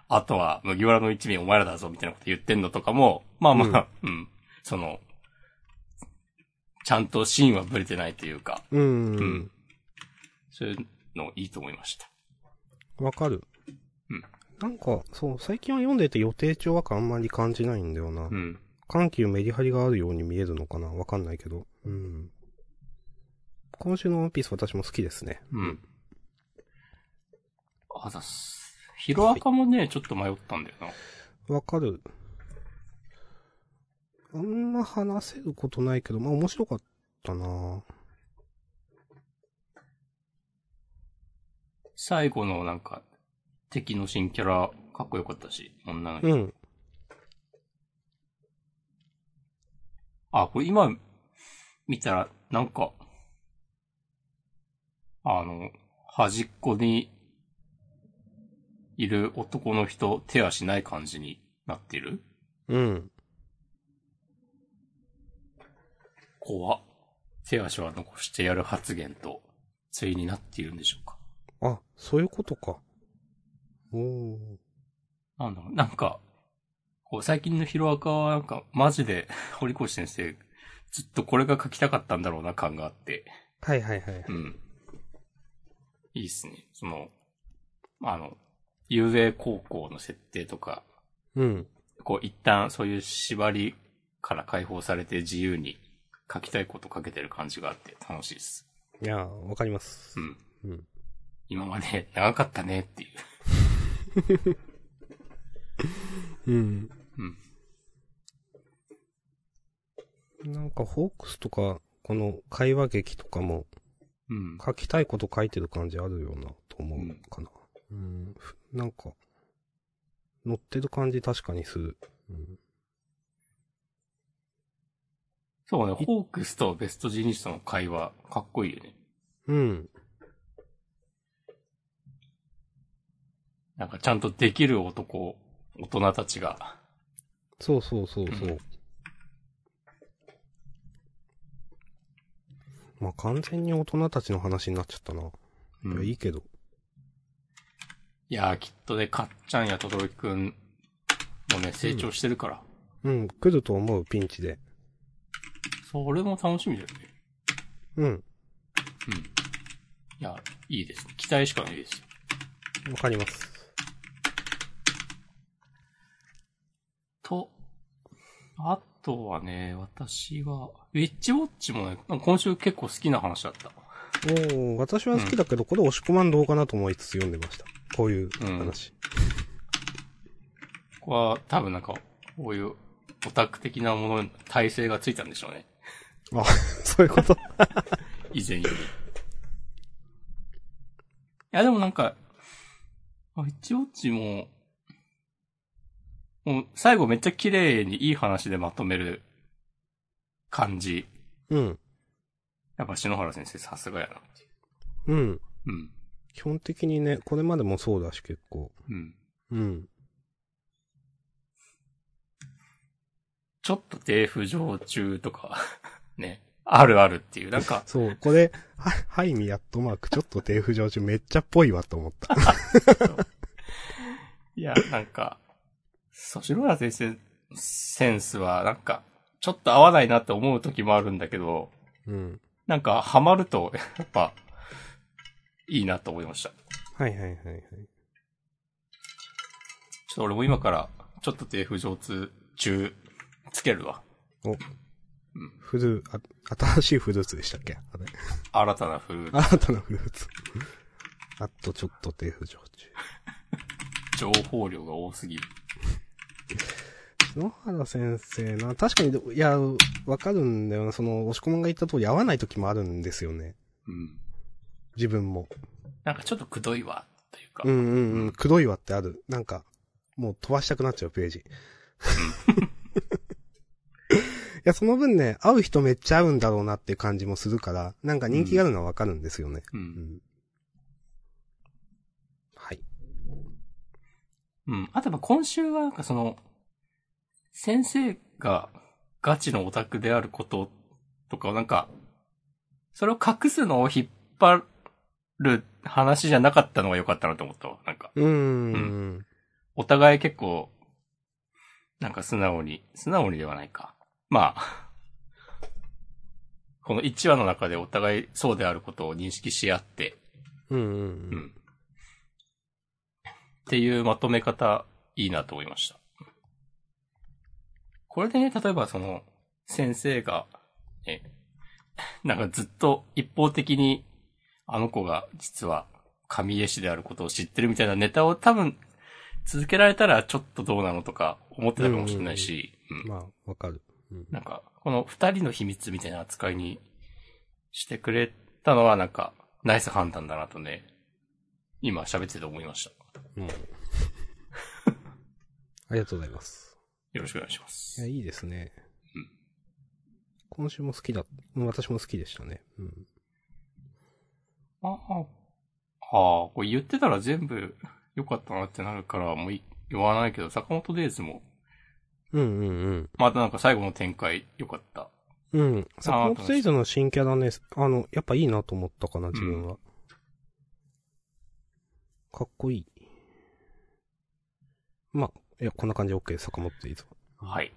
[SPEAKER 1] あとは麦わらの一味お前らだぞ、みたいなこと言ってんのとかも、まあまあ、うん、その、ちゃんとシーンはブレてないというか、
[SPEAKER 2] うん、う
[SPEAKER 1] うんん。そういうのいいと思いました。
[SPEAKER 2] わかる。
[SPEAKER 1] うん
[SPEAKER 2] なんか、そう、最近は読んでて予定調和感あんまり感じないんだよな
[SPEAKER 1] う。ん。
[SPEAKER 2] 緩急メリハリがあるように見えるのかなわかんないけど。うん。今週のワンピース私も好きですね。
[SPEAKER 1] うん。あざっす。ヒロアカもね、ちょっと迷ったんだよな。
[SPEAKER 2] わかる。あんま話せることないけど、まあ面白かったな
[SPEAKER 1] 最後のなんか、敵の新キャラ、かっこよかったし、女の人。
[SPEAKER 2] うん。
[SPEAKER 1] あ、これ今、見たら、なんか、あの、端っこに、いる男の人、手足ない感じになってる
[SPEAKER 2] うん。
[SPEAKER 1] 怖っ手足は残してやる発言と、ついになっているんでしょうか
[SPEAKER 2] あ、そういうことか。おー。
[SPEAKER 1] なんだろう、なんか、こう最近のヒロアカはなんか、マジで、堀越先生、ずっとこれが書きたかったんだろうな感があって。
[SPEAKER 2] はいはいはい。
[SPEAKER 1] うん。いいっすね。その、あの、遊泳高校の設定とか、
[SPEAKER 2] うん。
[SPEAKER 1] こう一旦そういう縛りから解放されて自由に書きたいこと書けてる感じがあって楽しいです。
[SPEAKER 2] いやー、わかります
[SPEAKER 1] う。ん。
[SPEAKER 2] うん。
[SPEAKER 1] 今まで (laughs) 長かったねっていう。
[SPEAKER 2] うん。
[SPEAKER 1] うん。
[SPEAKER 2] なんか、ホークスとか、この会話劇とかも、
[SPEAKER 1] うん。
[SPEAKER 2] 書きたいこと書いてる感じあるよな、と思
[SPEAKER 1] うん
[SPEAKER 2] うかな。うん。ふなんか、乗ってる感じ確かにする。うん。
[SPEAKER 1] そうね、ホークスとベストジーニストの会話、かっこいいよね。
[SPEAKER 2] うん。
[SPEAKER 1] なんかちゃんとできる男、大人たちが。
[SPEAKER 2] そうそうそうそう。
[SPEAKER 1] うん
[SPEAKER 2] まあ、完全に大人たちの話になっちゃったな。
[SPEAKER 1] う
[SPEAKER 2] いや、
[SPEAKER 1] ん
[SPEAKER 2] いいけど。
[SPEAKER 1] いやー、きっとね、かっちゃんやとどりくんもね、成長してるから。
[SPEAKER 2] うん、来ると思う、ピンチで。
[SPEAKER 1] それも楽しみだよね。
[SPEAKER 2] うん、
[SPEAKER 1] うん。いや、いいですね。期待しかないですよ。
[SPEAKER 2] わかります。
[SPEAKER 1] と、あとはね、私は、ウィッチウォッチもね、なんか今週結構好きな話だった。
[SPEAKER 2] おー、私は好きだけど、これ押し込まんどうかなと思いつつ読んでました。こういう話。 (laughs)
[SPEAKER 1] ここは多分なんか、こういうオタク的なものに体制がついたんでしょうね。
[SPEAKER 2] あ、そういうこと。
[SPEAKER 1] 以前より。いや、でもなんか、あ一応っちも、もう最後めっちゃ綺麗にいい話でまとめる感じ。
[SPEAKER 2] うん、
[SPEAKER 1] やっぱ篠原先生さすがやなってい
[SPEAKER 2] うん。
[SPEAKER 1] う。うん。
[SPEAKER 2] 基本的にね、これまでもそうだし、結構。
[SPEAKER 1] うん。
[SPEAKER 2] うん。
[SPEAKER 1] ちょっと低浮上中とか、 (laughs) ね。あるあるっていう。なんか、
[SPEAKER 2] そう、これ、は、はい、みやっとマーク、ちょっと低浮上中、めっちゃっぽいわと思った。 (laughs)
[SPEAKER 1] いや、なんか、そう、篠原先生、センスは、なんか、ちょっと合わないなって思う時もあるんだけど、
[SPEAKER 2] うん。
[SPEAKER 1] なんか、ハマると、やっぱ、いいなと思いました。ちょ
[SPEAKER 2] はいはいはいはい。
[SPEAKER 1] っと俺も今から、ちょっと低浮上通中、つけるわ。
[SPEAKER 2] フルー、あ、新しいフルーツでしたっけあれ。 (laughs)
[SPEAKER 1] 新たなフルー
[SPEAKER 2] 新たなフルーツ。 (laughs) あとちょっと低浮上中。
[SPEAKER 1] ツ、情報量が多すぎる。
[SPEAKER 2] 野原先生な、確かに、いや、わかるんだよな。その、押し込まんが言った通り合わない時もあるんですよね。
[SPEAKER 1] うん。
[SPEAKER 2] 自分も。
[SPEAKER 1] なんかちょっとくどいわ、というか。
[SPEAKER 2] うんうんうん。くどいわってある。なんか、もう飛ばしたくなっちゃうページ。い (laughs) や、その分ね、会う人めっちゃ合うんだろうなっていう感じもするから、なんか人気があるのはわかるんですよね。
[SPEAKER 1] う。
[SPEAKER 2] うんん。はい。
[SPEAKER 1] うん。あとやっぱ今週はなんかその、先生がガチのオタクであることとかをなんか、それを隠すのを引っ張る話じゃなかったのが良かったなと思ったわ。なんか、
[SPEAKER 2] うー。
[SPEAKER 1] うんお互い結構、なんか素直に、素直にではないか。まあ、この1話の中でお互いそうであることを認識し合って、
[SPEAKER 2] うんうんう。
[SPEAKER 1] うんん。っていうまとめ方、いいなと思いました。これでね、例えばその、先生が、え、なんかずっと一方的に、あの子が実は神絵師であることを知ってるみたいなネタを多分、続けられたらちょっとどうなのとか思ってたかもしれないし、うん
[SPEAKER 2] まあ、わかる。うん
[SPEAKER 1] なんか、この二人の秘密みたいな扱いにしてくれたのは、なんか、ナイス判断だなとね、今喋ってて思いました。
[SPEAKER 2] (laughs) うん。ありがとうございます。
[SPEAKER 1] よろしくお願いしま
[SPEAKER 2] いや、
[SPEAKER 1] す。
[SPEAKER 2] いいですね。
[SPEAKER 1] うん
[SPEAKER 2] 今週も好きだ。うん私も好きでしたね。うん。
[SPEAKER 1] ああ、ああ、これ言ってたら全部良かったなってなるから、もうい言わないけど、坂本デイズも、
[SPEAKER 2] うんうん
[SPEAKER 1] またなんか最後の展開良かった。
[SPEAKER 2] うん。うん。坂本聖イの新キャラね、あの、やっぱいいなと思ったかな、自分は。かっこいい。まあ、いや、こんな感じで OK です、坂本聖イ
[SPEAKER 1] はい。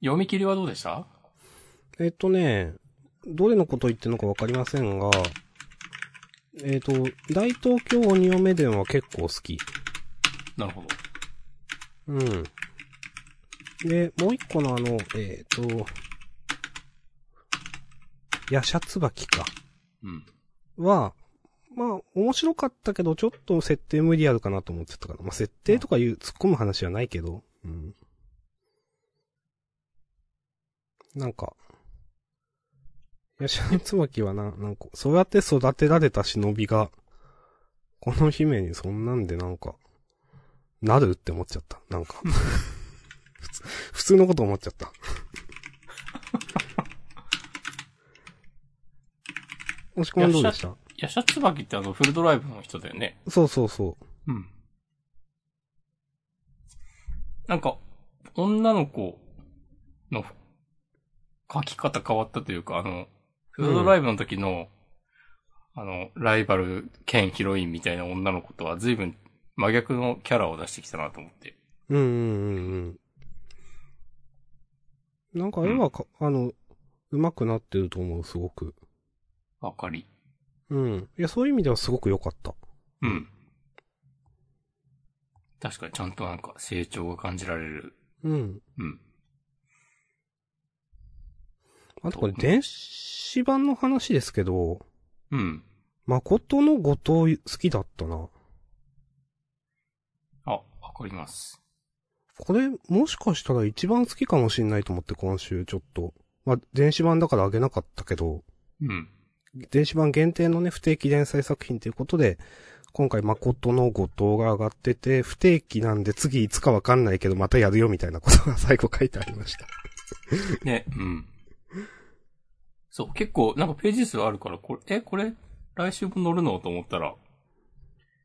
[SPEAKER 1] 読み切りはどうでした
[SPEAKER 2] えっとね、どれのこと言ってるのかわかりませんが、えっ、と、大東京鬼嫁伝は結構好き。
[SPEAKER 1] なるほど。
[SPEAKER 2] うん。で、もう一個のあの、えっ、と、ヤシャツバキか。
[SPEAKER 1] うん。
[SPEAKER 2] は、まあ、面白かったけど、ちょっと設定無理あるかなと思ってたから。まあ、設定とかいう、突っ込む話はないけど、うん。なんか、ヤシャツバキはな、なんか、そうやって育てられた忍びが、この姫にそんなんでなんか、なるって思っちゃった。なんか、普通、普通のこと思っちゃった。押し込んどうでした
[SPEAKER 1] ヤシャツバキってあの、フルドライブの人だよね。
[SPEAKER 2] そうそうそ
[SPEAKER 1] うん。なんか、女の子の書き方変わったというか、あの、フードライブの時の、あの、ライバル兼ヒロインみたいな女の子とは随分真逆のキャラを出してきたなと思って。
[SPEAKER 2] う。うんうんうんうん。なんか絵はか、あの、上手くなってると思う、すごく。
[SPEAKER 1] わかり。
[SPEAKER 2] うん。いや、そういう意味ではすごく良かった。
[SPEAKER 1] うん。確かにちゃんとなんか成長が感じられる。
[SPEAKER 2] うん。
[SPEAKER 1] うん。
[SPEAKER 2] あとこれ、電子版の話ですけど、
[SPEAKER 1] うん。
[SPEAKER 2] 誠の後藤好きだったな。
[SPEAKER 1] あ、わかります。
[SPEAKER 2] これ、もしかしたら一番好きかもしんないと思って今週ちょっと。まあ、電子版だからあげなかったけど、
[SPEAKER 1] うん。
[SPEAKER 2] 電子版限定のね、不定期連載作品ということで、今回誠の後藤が上がってて、不定期なんで次いつかわかんないけどまたやるよみたいなことが (laughs) 最後書いてありました。
[SPEAKER 1] ね、うん。そう、結構、なんかページ数あるから、これ、え、これ、来週も乗るのと思ったら、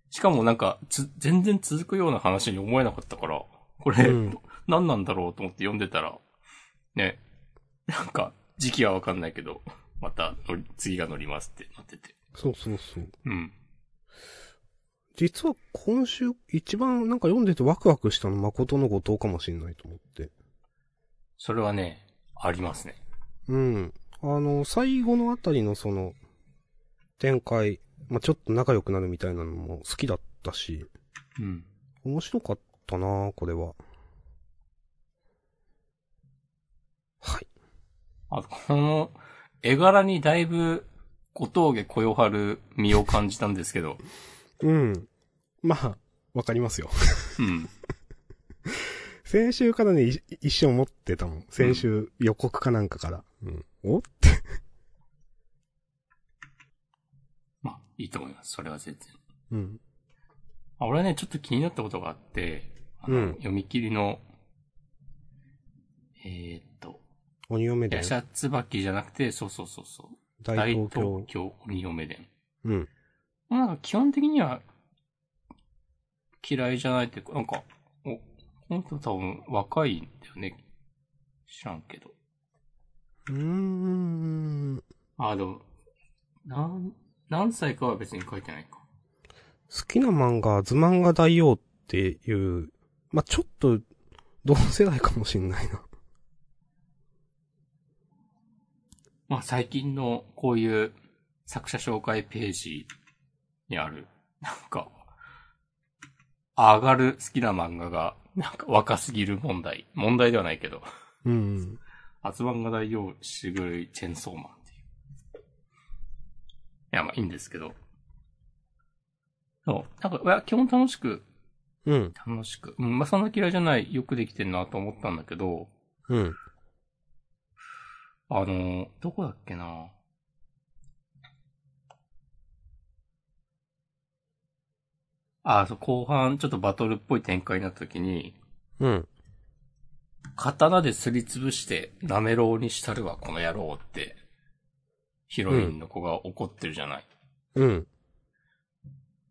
[SPEAKER 1] しかもなんか、つ、全然続くような話に思えなかったから、これ、
[SPEAKER 2] うん
[SPEAKER 1] ど (laughs) 何なんだろうと思って読んでたら、ね、なんか、時期はわかんないけど、また乗り、次が乗りますってなってて。
[SPEAKER 2] そうそうそう。
[SPEAKER 1] うん。
[SPEAKER 2] 実は今週一番なんか読んでてワクワクしたの誠の後藤かもしんないと思って。
[SPEAKER 1] それはね、ありますね。
[SPEAKER 2] うん。あの、最後のあたりのその、展開、まあ、ちょっと仲良くなるみたいなのも好きだったし、
[SPEAKER 1] うん。
[SPEAKER 2] 面白かったなこれは。はい。
[SPEAKER 1] あと、この、絵柄にだいぶ、小峠小夜春身を感じたんですけど、
[SPEAKER 2] うん。まあ、わかりますよ。
[SPEAKER 1] うん。
[SPEAKER 2] 先週からね、い一瞬持ってたもん。先週予告かなんかから。うん。おって。
[SPEAKER 1] まあ、いいと思います。それは全然。
[SPEAKER 2] うん。
[SPEAKER 1] あ俺はね、ちょっと気になったことがあって、あの
[SPEAKER 2] うん
[SPEAKER 1] 読み切りの、えー、っと、
[SPEAKER 2] 鬼嫁だ
[SPEAKER 1] ヤ
[SPEAKER 2] よ
[SPEAKER 1] シ。ャツバキじゃなくて、そうそうそうそう。
[SPEAKER 2] 大
[SPEAKER 1] 大
[SPEAKER 2] 東
[SPEAKER 1] 東
[SPEAKER 2] 京。
[SPEAKER 1] 京鬼嫁伝。
[SPEAKER 2] うん。
[SPEAKER 1] まあなんか基本的には嫌いじゃないっていうか、なんか、お、この人多分若いんだよね。知らんけど。
[SPEAKER 2] うーん。
[SPEAKER 1] あ、でも、なん、何歳かは別に書いてないか。
[SPEAKER 2] 好きな漫画、図漫画大王っていう、まあ、ちょっと、同世代かもしんないな。
[SPEAKER 1] まあ最近のこういう作者紹介ページにある、なんか、上がる好きな漫画が、なんか若すぎる問題。問題ではないけど、
[SPEAKER 2] うん。
[SPEAKER 1] 厚漫画大王しぐるいチェンソーマンっていう。いや、まあいいんですけど。そう。なんか、いや、基本楽しく、
[SPEAKER 2] うん。
[SPEAKER 1] 楽しく。うん、まあそんな嫌いじゃない、よくできてんなと思ったんだけど、
[SPEAKER 2] うん。
[SPEAKER 1] あの、どこだっけなあ、そう、後半、ちょっとバトルっぽい展開になった時に、
[SPEAKER 2] うん。
[SPEAKER 1] 刀ですりつぶして、なめろうにしたるわ、この野郎って、ヒロインの子が怒ってるじゃない。
[SPEAKER 2] うん。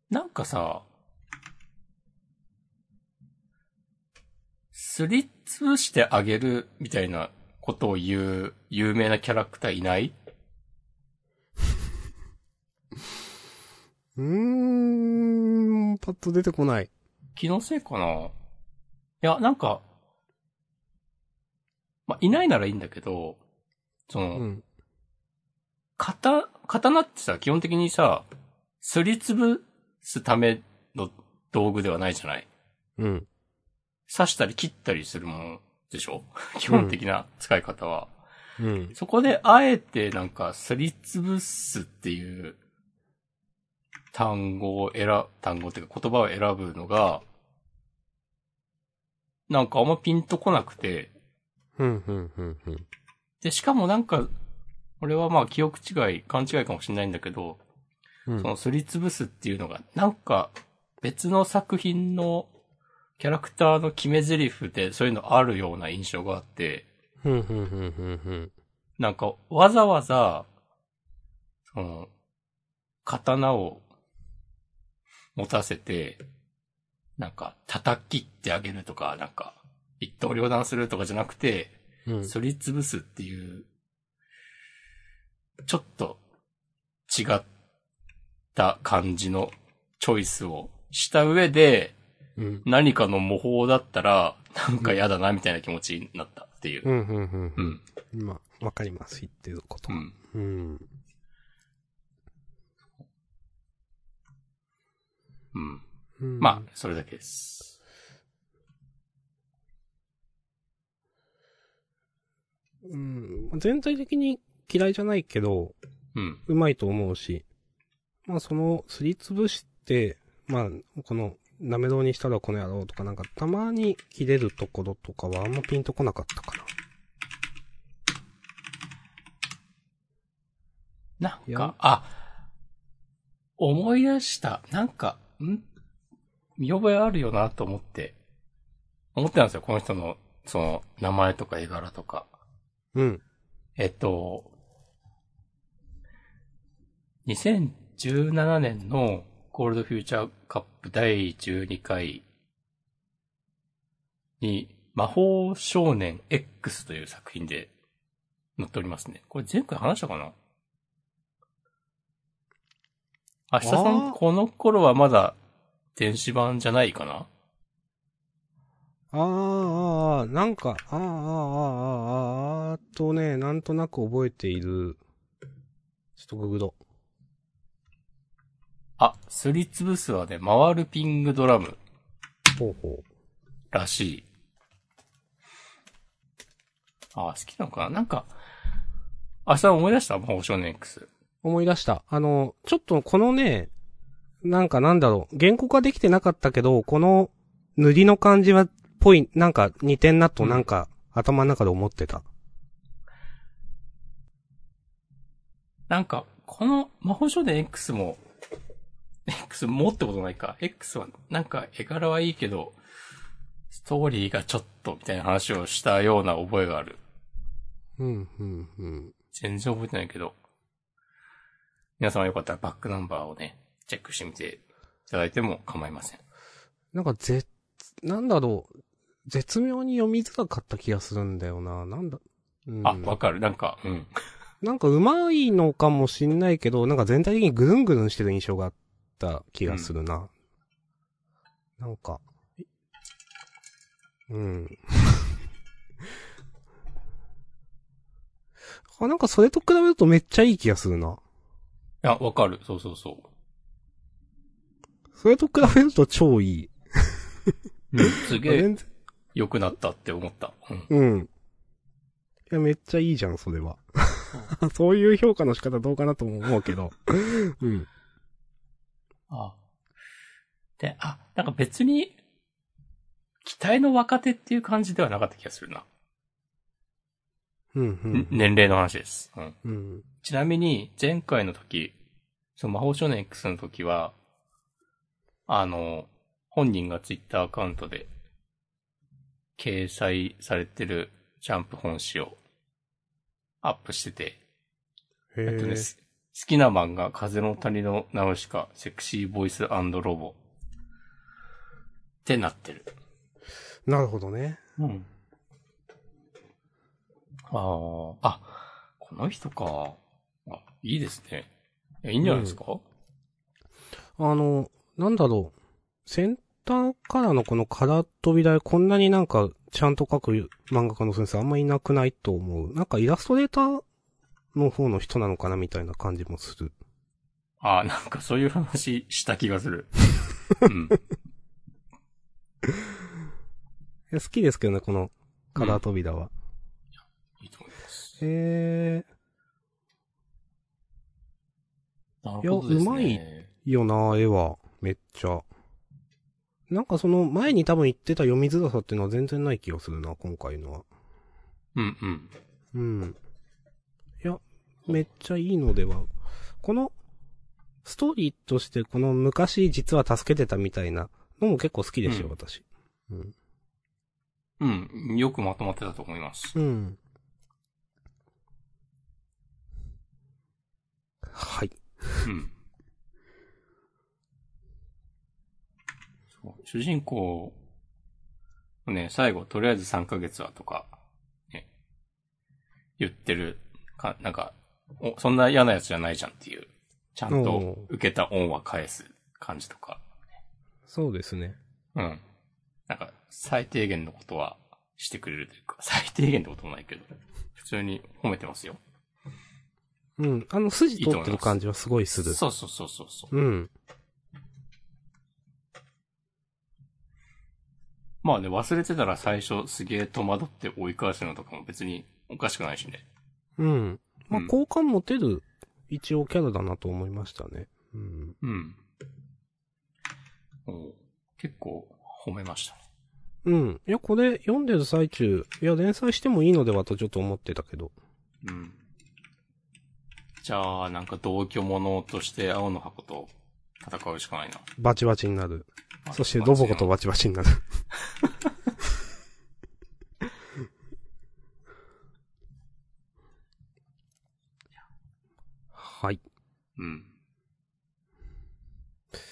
[SPEAKER 1] なんかさ、すりつぶしてあげるみたいなことを言う有名なキャラクターいない
[SPEAKER 2] うーん。パッと出てこない。
[SPEAKER 1] 気のせいかないや、なんか、まあ、いないならいいんだけど、その、
[SPEAKER 2] うん。
[SPEAKER 1] 刀、刀ってさ、基本的にさ、すりつぶすための道具ではないじゃない
[SPEAKER 2] うん。
[SPEAKER 1] 刺したり切ったりするものでしょ基本的な使い方は。
[SPEAKER 2] うん。
[SPEAKER 1] そこであえてなんか、すりつぶすっていう単語を選、単語っていうか言葉を選ぶのが、なんかあんまピンとこなくて、
[SPEAKER 2] うん。うん。うん。うん。
[SPEAKER 1] で、しかもなんか、俺はまあ記憶違い、勘違いかもしれないんだけど、
[SPEAKER 2] うん
[SPEAKER 1] そのすりつぶすっていうのが、なんか別の作品のキャラクターの決め台詞でそういうのあるような印象があって、
[SPEAKER 2] うん。うん。うん。うん。
[SPEAKER 1] なんか、わざわざ、その、刀を持たせて、なんか、叩き切ってあげるとか、なんか、一刀両断するとかじゃなくて、
[SPEAKER 2] うん。
[SPEAKER 1] すりつぶすっていう、ちょっと違った感じのチョイスをした上で、
[SPEAKER 2] うん。
[SPEAKER 1] 何かの模倣だったら、なんか嫌だなみたいな気持ちになったっていう
[SPEAKER 2] う。ん。うん。
[SPEAKER 1] う。
[SPEAKER 2] うんん。まあ、わかります。言ってること
[SPEAKER 1] う
[SPEAKER 2] は。
[SPEAKER 1] ん。
[SPEAKER 2] うん。
[SPEAKER 1] うん。
[SPEAKER 2] うん
[SPEAKER 1] まあ、それだけです。
[SPEAKER 2] うん。全体的に嫌いじゃないけど、
[SPEAKER 1] うん。
[SPEAKER 2] うまいと思うし、まあその、すりつぶして、まあ、この、なめろうにしたらこの野郎とかなんか、たまに切れるところとかはあんまピンとこなかったかな。
[SPEAKER 1] なん
[SPEAKER 2] い
[SPEAKER 1] か
[SPEAKER 2] や、
[SPEAKER 1] あ、思い出した。なんか、ん見覚えあるよなと思って。思ってたんですよ、この人の、その、名前とか絵柄とか。
[SPEAKER 2] うん。
[SPEAKER 1] えっと、2017年のゴールドフューチャーカップ第12回に魔法少年 X という作品で載っておりますね。これ前回話したかな明日さ
[SPEAKER 2] あー
[SPEAKER 1] ん、この頃はまだ電子版じゃないかな
[SPEAKER 2] あーあー、あーなんか、あーあー、あーあー、あーっとね、なんとなく覚えている。ちょっとググド。
[SPEAKER 1] あ、すりつぶすはね、回るピングドラム
[SPEAKER 2] ほうほ
[SPEAKER 1] らしい。ああ、好きなのかななんか、明日思い出した魔法少年 X。
[SPEAKER 2] う。思い出した。あの、ちょっとこのね、なんかなんだろう、原告はできてなかったけど、この塗りの感じは、ぽい、なんか似てんなとなんか、頭の中で思ってた。
[SPEAKER 1] なんか、この魔法少年 X も、X もってことないか。X は、なんか絵柄はいいけど、ストーリーがちょっと、みたいな話をしたような覚えがある。
[SPEAKER 2] うん、うん、うん。
[SPEAKER 1] 全然覚えてないけど。皆様よかったらバックナンバーをね、チェックしてみていただいても構いません。
[SPEAKER 2] なんか、ぜ、なんだろう。絶妙に読みづらかった気がするんだよな。なんだ。うん、
[SPEAKER 1] あ、わかる。なんか、うん。
[SPEAKER 2] なんか上手いのかもしんないけど、なんか全体的にぐるんぐるんしてる印象があった気がするな。なんか。うん。 (laughs) あなんかそれと比べるとめっちゃいい気がするな。
[SPEAKER 1] いや、わかる。そうそうそ
[SPEAKER 2] それと比べると超いい。
[SPEAKER 1] う。うん、すげえ
[SPEAKER 2] 全然
[SPEAKER 1] 良くなったって思った。うん。
[SPEAKER 2] うん。いや、めっちゃいいじゃん、それは。 (laughs) そういう評価の仕方どうかなとも思うけど。うん。
[SPEAKER 1] あで、あ、なんか別に、期待の若手っていう感じではなかった気がするな。
[SPEAKER 2] うん、うん。
[SPEAKER 1] 年齢の話です。うん。
[SPEAKER 2] うん。
[SPEAKER 1] ちなみに、前回の時、その魔法少年 X の時は、あの、本人がツイッターアカウントで、掲載されてるジャンプ本誌をアップしてて、
[SPEAKER 2] へ
[SPEAKER 1] えっとね、
[SPEAKER 2] え。
[SPEAKER 1] す好きな漫画、風の谷のナウシカ、セクシーボイスロボ。ってなってる。
[SPEAKER 2] なるほどね。
[SPEAKER 1] うん。あーあ、この人か。あ、いいですね。いやいいんじゃないですか、
[SPEAKER 2] あの、なんだろう。先端からのこの空飛び台、こんなになんか、ちゃんと描く漫画家の先生あんまいなくないと思う。なんかイラストレーターの方の人なのかなみたいな感じもする。
[SPEAKER 1] ああ、なんかそういう話した気がす
[SPEAKER 2] (laughs)
[SPEAKER 1] る。うん。
[SPEAKER 2] いや好きですけどね、この空飛び台は。
[SPEAKER 1] いいと思います。
[SPEAKER 2] へえ
[SPEAKER 1] なるほどですね。
[SPEAKER 2] いやうまいいいよな、絵は。めっちゃ。なんかその前に多分言ってた読みづらさっていうのは全然ない気がするな、今回のは。
[SPEAKER 1] うんうん。
[SPEAKER 2] うん。いや、めっちゃいいのでは。この、ストーリーとして、この昔実は助けてたみたいなのも結構好きですよ、
[SPEAKER 1] うん
[SPEAKER 2] 私。うん。
[SPEAKER 1] うん。よくまとまってたと思います。
[SPEAKER 2] うん。はい。
[SPEAKER 1] うん。そう主人公、ね、最後、とりあえず3ヶ月はとか、ね、言ってる、か、なんか、お、そんな嫌なやつじゃないじゃんっていう、ちゃんと
[SPEAKER 2] お
[SPEAKER 1] 受けた恩は返す感じとか。
[SPEAKER 2] そうですね。
[SPEAKER 1] うん。なんか、最低限のことはしてくれるというか、最低限ってこともないけど、普通に褒めてますよ。
[SPEAKER 2] うん。あの、筋通ってる感じはすごいする。
[SPEAKER 1] そうそうそうそうそう。
[SPEAKER 2] うん。
[SPEAKER 1] まあね、忘れてたら最初すげえ戸惑って追い返すのとかも別におかしくないしね。
[SPEAKER 2] うん。まあ
[SPEAKER 1] うん、
[SPEAKER 2] 好感持てる、一応キャラだなと思いましたね。うん。
[SPEAKER 1] うん。おう結構褒めましたね。
[SPEAKER 2] うん。いや、これ、読んでる最中、いや、連載してもいいのではとちょっと思ってたけど。
[SPEAKER 1] うん。じゃあ、なんか同居者として青の箱と戦うしかないな。
[SPEAKER 2] バチバチになる。そしてロボコとバチバチになる。はい。
[SPEAKER 1] うん。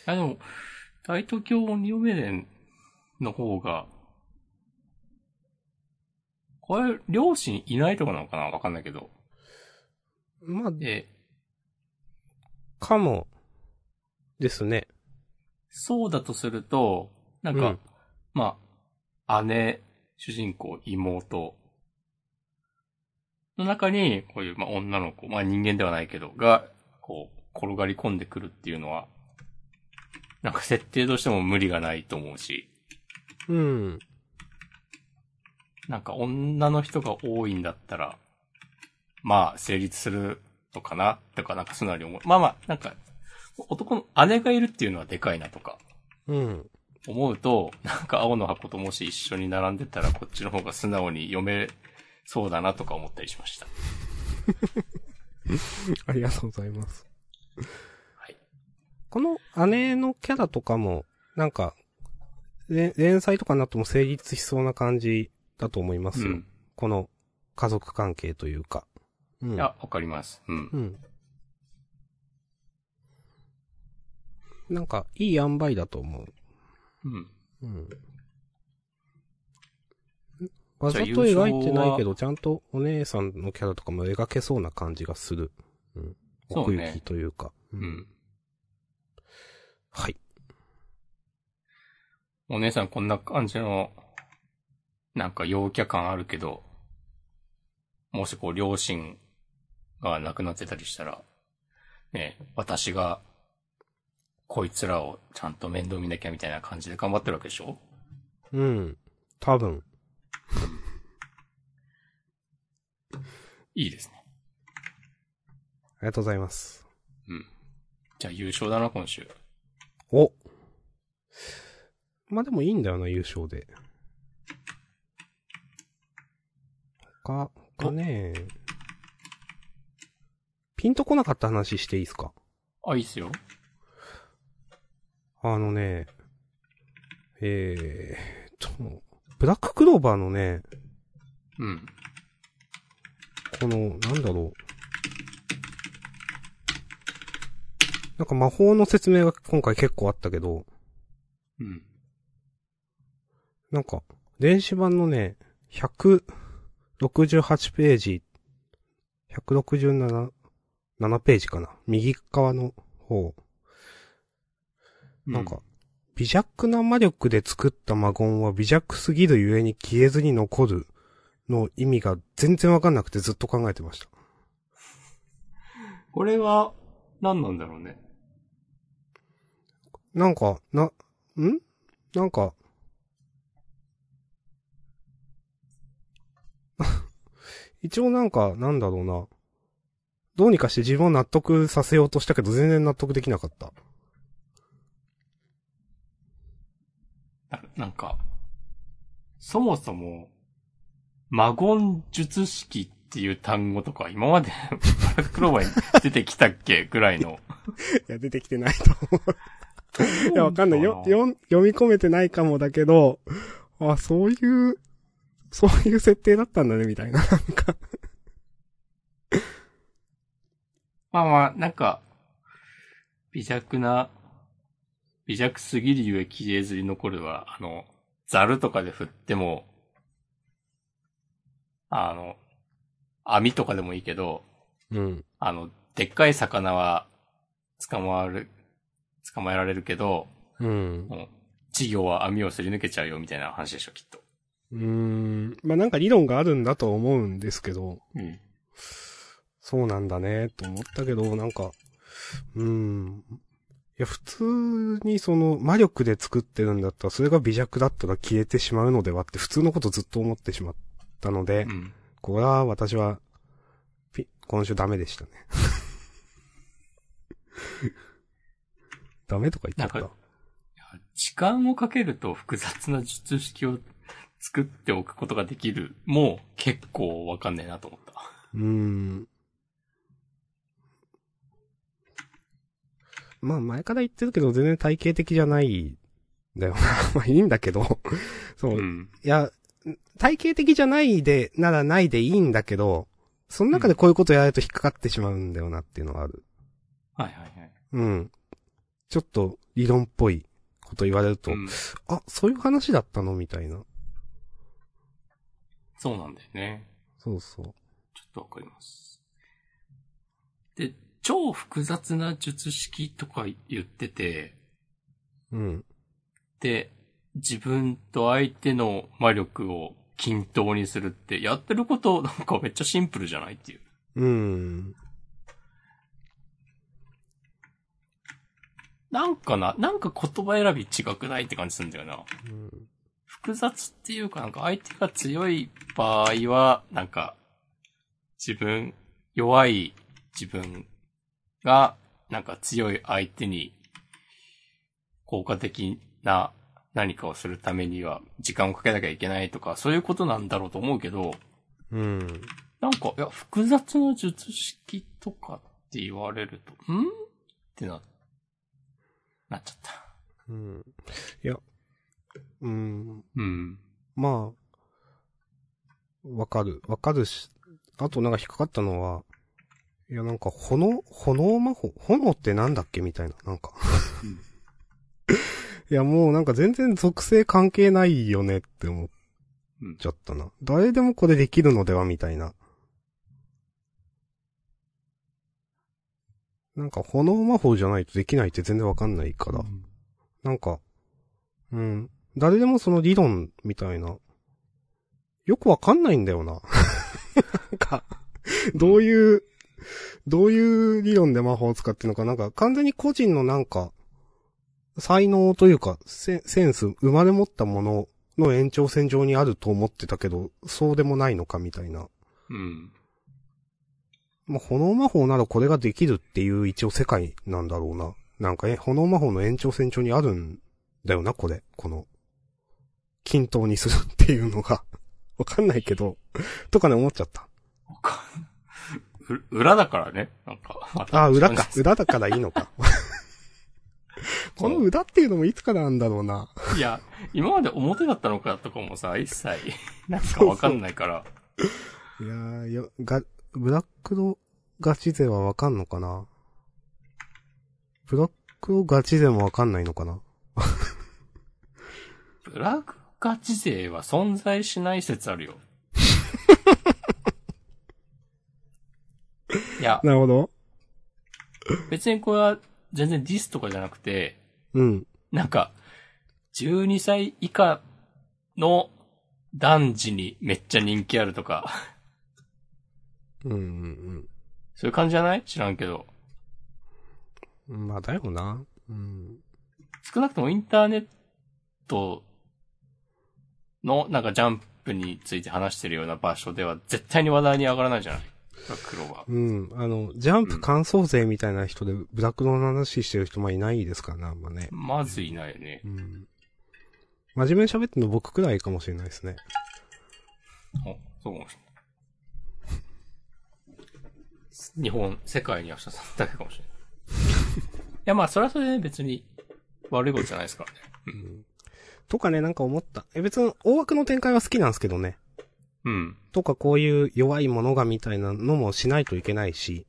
[SPEAKER 1] あ、でも、大東京鬼嫁伝の方が、これ、両親いないとかなのかなわかんないけど。
[SPEAKER 2] まあ、
[SPEAKER 1] で、
[SPEAKER 2] かも、ですね。
[SPEAKER 1] そうだとすると、なんか、
[SPEAKER 2] うん
[SPEAKER 1] まあ、姉、主人公、妹の中に、こういう、まあ、女の子、まあ、人間ではないけど、が、こう、転がり込んでくるっていうのは、なんか設定としても無理がないと思うし、
[SPEAKER 2] うん。
[SPEAKER 1] なんか女の人が多いんだったら、まあ、成立するのかなとか、なんか素直に思う。まあまあ、なんか、男の姉がいるっていうのはでかいなとか。
[SPEAKER 2] うん。
[SPEAKER 1] 思うと、なんか青の箱ともし一緒に並んでたらこっちの方が素直に読めそうだなとか思ったりしました。
[SPEAKER 2] ありがとうございます。
[SPEAKER 1] はい。
[SPEAKER 2] この姉のキャラとかも、なんか、れ連載とかになっても成立しそうな感じだと思います
[SPEAKER 1] う
[SPEAKER 2] よ。
[SPEAKER 1] ん。
[SPEAKER 2] この家族関係というか。うん
[SPEAKER 1] いや、わかります。うん。
[SPEAKER 2] うん。なんか、いい塩梅だと思
[SPEAKER 1] うん。
[SPEAKER 2] う。うん。わざと描いてないけど、ちゃんとお姉さんのキャラとかも描けそうな感じがする。うん。
[SPEAKER 1] そ
[SPEAKER 2] 奥
[SPEAKER 1] うね
[SPEAKER 2] 行きというか。う
[SPEAKER 1] う。ん。
[SPEAKER 2] はい。
[SPEAKER 1] お姉さんこんな感じの、なんか陽キャ感あるけど、もしこう両親が亡くなってたりしたら、ね、私が、こいつらをちゃんと面倒見なきゃみたいな感じで頑張ってるわけでしょ
[SPEAKER 2] うん。多分。
[SPEAKER 1] いいですね。
[SPEAKER 2] ありがとうございます。
[SPEAKER 1] うん。じゃあ優勝だな、今週。
[SPEAKER 2] おまあ、でもいいんだよな、優勝で。他、他ねピンとこなかった話していいですか
[SPEAKER 1] あ、いいっすよ。
[SPEAKER 2] あのね、えーっと、ブラッククローバーのね、
[SPEAKER 1] うん。
[SPEAKER 2] この、なんだろう。なんか魔法の説明が今回結構あったけど、
[SPEAKER 1] うん。
[SPEAKER 2] なんか、電子版のね、168ページ、167、7ページかな。右側の方。なんか、微弱な魔力で作った魔言は微弱すぎるゆえに消えずに残るの意味が全然わかんなくてずっと考えてました。
[SPEAKER 1] これは、何なんだろうね。
[SPEAKER 2] なんか、な、んなんか、 (laughs) 一応なんか、なんだろうな。どうにかして自分を納得させようとしたけど、全然納得できなか (laughs) った。
[SPEAKER 1] ななんか、そもそも、マゴン術式っていう単語とか、今まで、 (laughs) ブラッククローバーに出てきたっけぐらいの。
[SPEAKER 2] いや、出てきてないと思う。いや、わかんない。よ、よん、読み込めてないかもだけど、あ、そういう、そういう設定だったんだね、みたいな。なんか、
[SPEAKER 1] まあまあ、なんか、微弱な、微弱すぎるゆえ消えずに残るは、あの、ザルとかで振っても、あの、網とかでもいいけど、
[SPEAKER 2] うん。
[SPEAKER 1] あの、でっかい魚は捕まる、捕まえられるけど、
[SPEAKER 2] うん。
[SPEAKER 1] もう、稚魚は網をすり抜けちゃうよみたいな話でしょ、きっと。
[SPEAKER 2] うーん。まあ、なんか理論があるんだと思うんですけど、
[SPEAKER 1] うん。
[SPEAKER 2] そうなんだね、と思ったけど、なんか、うーん。いや、普通にその魔力で作ってるんだったら、それが微弱だったら消えてしまうのではって普通のことずっと思ってしまったので、
[SPEAKER 1] うん。
[SPEAKER 2] これは私は、ピ今週ダメ
[SPEAKER 1] (laughs)
[SPEAKER 2] でしたね。ダメとか言っちゃっ
[SPEAKER 1] なん
[SPEAKER 2] た。
[SPEAKER 1] 時間をかけると複雑な術式を作っておくことができる。もう結構わかんねえなと思った。
[SPEAKER 2] うーん。まあ前から言ってるけど全然体系的じゃないんだよな。 (laughs) まあいいんだけど。 (laughs) そう。い
[SPEAKER 1] ん。
[SPEAKER 2] や、体系的じゃないで、ならないでいいんだけど、その中でこういうことやると引っかかってしまうんだよなっていうのがある。
[SPEAKER 1] はいはいはい。
[SPEAKER 2] うん。ちょっと理論っぽいこと言われると、
[SPEAKER 1] うん
[SPEAKER 2] あ、そういう話だったのみたいな。
[SPEAKER 1] そうなんだよね。
[SPEAKER 2] そうそう。
[SPEAKER 1] ちょっとわかります。で、超複雑な術式とか言ってて、
[SPEAKER 2] うん。
[SPEAKER 1] で、自分と相手の魔力を均等にするって、やってることなんかめっちゃシンプルじゃないっていう。
[SPEAKER 2] うん。
[SPEAKER 1] なんかな、なんか言葉選び違くないって感じするんだよな。
[SPEAKER 2] うん
[SPEAKER 1] 複雑っていうかなんか相手が強い場合は、なんか、自分、弱い自分が、なんか強い相手に、効果的な何かをするためには時間をかけなきゃいけないとか、そういうことなんだろうと思うけど、
[SPEAKER 2] うん。
[SPEAKER 1] なんか、いや、複雑な術式とかって言われると、んってな、なっちゃった。
[SPEAKER 2] うん。いや、うん、
[SPEAKER 1] うん。
[SPEAKER 2] まあ、わかる。わかるし、あとなんか引っかかったのは、いやなんか、炎、炎魔法炎ってなんだっけみたいな、なんか
[SPEAKER 1] うん。
[SPEAKER 2] (laughs) いやもうなんか全然属性関係ないよねって思っちゃったな。誰でもこれできるのではみたいな。なんか炎魔法じゃないとできないって全然わかんないから。なんか、うん。誰でもその理論みたいな。よくわかんないんだよな。 (laughs) なんか、どういう、どういう理論で魔法を使ってるのか、なんか完全に個人のなんか、才能というか、セセンス、生まれ持ったものの延長線上にあると思ってたけど、そうでもないのかみたいな。
[SPEAKER 1] うん。
[SPEAKER 2] まあ、炎魔法ならこれができるっていう一応世界なんだろうな。なんかえ、炎魔法の延長線上にあるんだよな、これ。この、均等にするっていうのが。 (laughs) わかんないけど、とかね、思っちゃった。
[SPEAKER 1] わかんう裏だからね。なんか。また
[SPEAKER 2] あ、 (laughs) 裏か。裏だからいいの (laughs) か。この裏っていうのもいつからなんだろうな。
[SPEAKER 1] (laughs) いや、今まで表だったのかとかもさ、一切、なんかわかんないから。
[SPEAKER 2] いやー、よ、が、ブラックドガチ勢はわかんのかなブラックドガチ勢もわかんないのかな
[SPEAKER 1] ブラックガチ勢は存在しない説あるよ。いや、
[SPEAKER 2] なるほど。
[SPEAKER 1] 別にこれは全然ディスとかじゃなくて、
[SPEAKER 2] うん。
[SPEAKER 1] なんか、12歳以下の男児にめっちゃ人気あるとか、 (laughs)
[SPEAKER 2] うんうんうん。
[SPEAKER 1] そういう感じじゃない知らんけど。
[SPEAKER 2] まあだよな。うん。
[SPEAKER 1] 少なくともインターネットのなんかジャンプについて話してるような場所では絶対に話題に上がらないじゃない黒は。
[SPEAKER 2] うん。あの、ジャンプ感想勢みたいな人で、ブラックの話してる人もいないですからね、あんまね。
[SPEAKER 1] まずいないよね
[SPEAKER 2] う。ん。真面目に喋ってんの僕くらいかもしれないですね。
[SPEAKER 1] あ、そうかもしれない。日本、世界に明日さんだけかもしれない。いや、まあ、それはそれでね別に悪いことじゃないですからね。
[SPEAKER 2] とかね、なんか思った。え、別に大枠の展開は好きなんですけどね。
[SPEAKER 1] うん。
[SPEAKER 2] とかこういう弱いものがみたいなのもしないといけないし。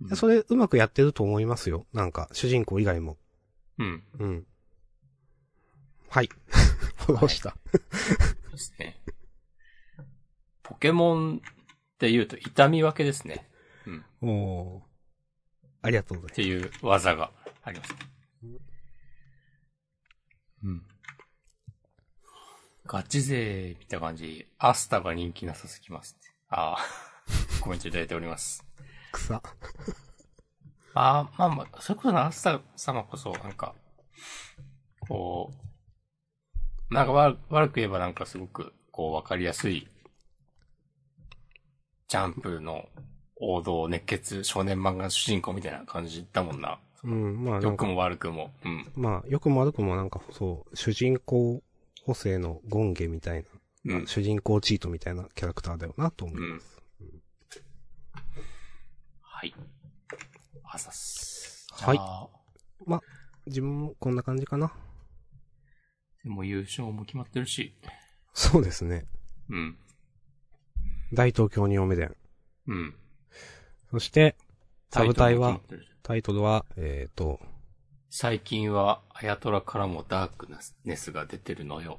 [SPEAKER 1] うん
[SPEAKER 2] それうまくやってると思いますよ。なんか、主人公以外も。
[SPEAKER 1] うん。
[SPEAKER 2] うん。はい。 (laughs) フォローした。
[SPEAKER 1] そうですね。ポケモンって言うと痛み分けですね。うん。
[SPEAKER 2] おおー。ありがとうございます
[SPEAKER 1] っ。ていう技があります。うん。ガチ勢みたいな感じ。アスタが人気なさすぎますって。ああ、 (laughs) コメントいただいております。
[SPEAKER 2] 草。
[SPEAKER 1] ああ、まあまあ、それこそアスタ様こそ、なんか、こう、なんか悪悪く言えばなんかすごく、こう、わかりやすい、ジャンプの王道熱血少年漫画の主人公みたいな感じだもんな。
[SPEAKER 2] うん、まあな
[SPEAKER 1] 良
[SPEAKER 2] ん
[SPEAKER 1] く
[SPEAKER 2] か、
[SPEAKER 1] も悪くも。うん。
[SPEAKER 2] まあ、よくも悪くもなんか、そう、主人公補正のゴンゲみたいな、
[SPEAKER 1] うん
[SPEAKER 2] 主人公チートみたいなキャラクターだよな、と思
[SPEAKER 1] う
[SPEAKER 2] う。
[SPEAKER 1] ん。はい。あざっす。
[SPEAKER 2] はい
[SPEAKER 1] じゃあ
[SPEAKER 2] 自分もこんな感じかな。 (laughs)
[SPEAKER 1] でも優勝も決まってるし。
[SPEAKER 2] そうですね。
[SPEAKER 1] うん。
[SPEAKER 2] 大東京におめでん。
[SPEAKER 1] うん。
[SPEAKER 2] そして、サブタイは
[SPEAKER 1] タイトルも決まってるし。
[SPEAKER 2] タイトルは、えっ、と、
[SPEAKER 1] 最近は、あやとらからもダークネスが出てるのよ。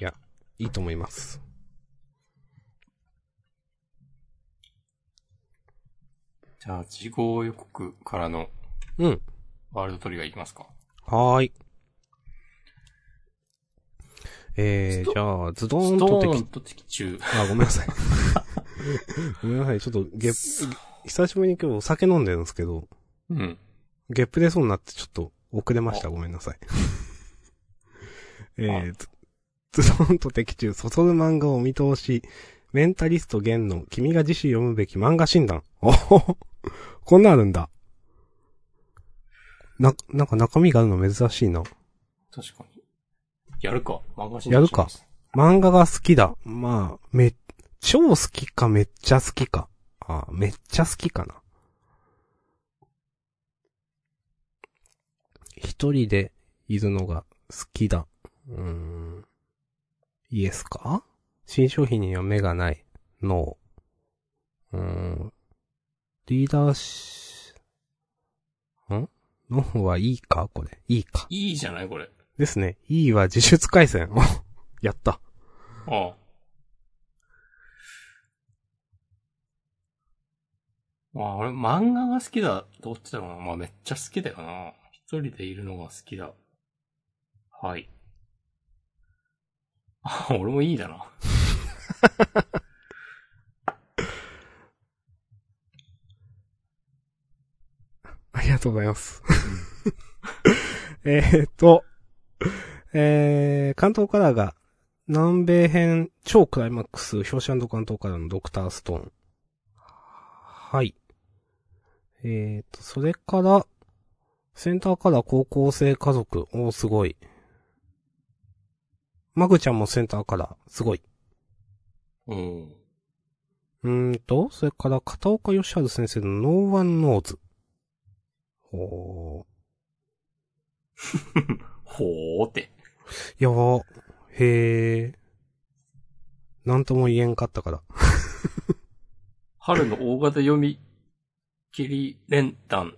[SPEAKER 2] いや、いいと思います。
[SPEAKER 1] じゃあ、事後予告からの
[SPEAKER 2] うん。
[SPEAKER 1] ワールドトリガーいきますか。
[SPEAKER 2] はーい。
[SPEAKER 1] ス
[SPEAKER 2] えー、
[SPEAKER 1] ト
[SPEAKER 2] じゃあ、ズドー
[SPEAKER 1] ス
[SPEAKER 2] ン
[SPEAKER 1] ト
[SPEAKER 2] と
[SPEAKER 1] ー
[SPEAKER 2] 敵
[SPEAKER 1] ンと的中。
[SPEAKER 2] あ、ごめんなさい。 (laughs) ごめんなさい。ちょっとゲップ、久しぶりに今日お酒飲んでるんですけど、
[SPEAKER 1] うん。
[SPEAKER 2] ゲップ出そうになってちょっと遅れました。ごめんなさい。えー、ズズドンと的中、そそる漫画をお見通し、メンタリスト弦の君が自主読むべき漫画診断。 (laughs) おほほこんなんあるんだ。な、なんか中身があるの珍しいな。
[SPEAKER 1] 確かに。やるか。漫画診
[SPEAKER 2] やるか。漫画が好きだ。まあ、め、超好きかめっちゃ好きか。あめっちゃ好きかな。一人でいるのが好きだ。うーん。イエスか新商品には目がない。ノー。うーん。リーダーし、んノーはいいかこれ。いいか。
[SPEAKER 1] いいじゃないこれ。
[SPEAKER 2] ですね。E は自出回線。お (laughs) やった。
[SPEAKER 1] ああ。まあ、俺、漫画が好きだ。どっちだろうな。まあ、めっちゃ好きだよな。一人でいるのが好きだ。はい。あ、俺もいいだな。
[SPEAKER 2] ありがとうございます。えーっと、えー、関東カラーが、南米編超クライマックス、表紙関東カラーのドクターストーン。はい。えーっと、それから、センターカラー高校生家族、おーすごい。マグちゃんもセンターカラー、すごい。
[SPEAKER 1] うん。
[SPEAKER 2] うーんと、それから片岡義治先生のノーワンノーズ。ほー。
[SPEAKER 1] ほーって。
[SPEAKER 2] いやー、へえ。なんとも言えんかったから。
[SPEAKER 1] 春の大型読み切り連弾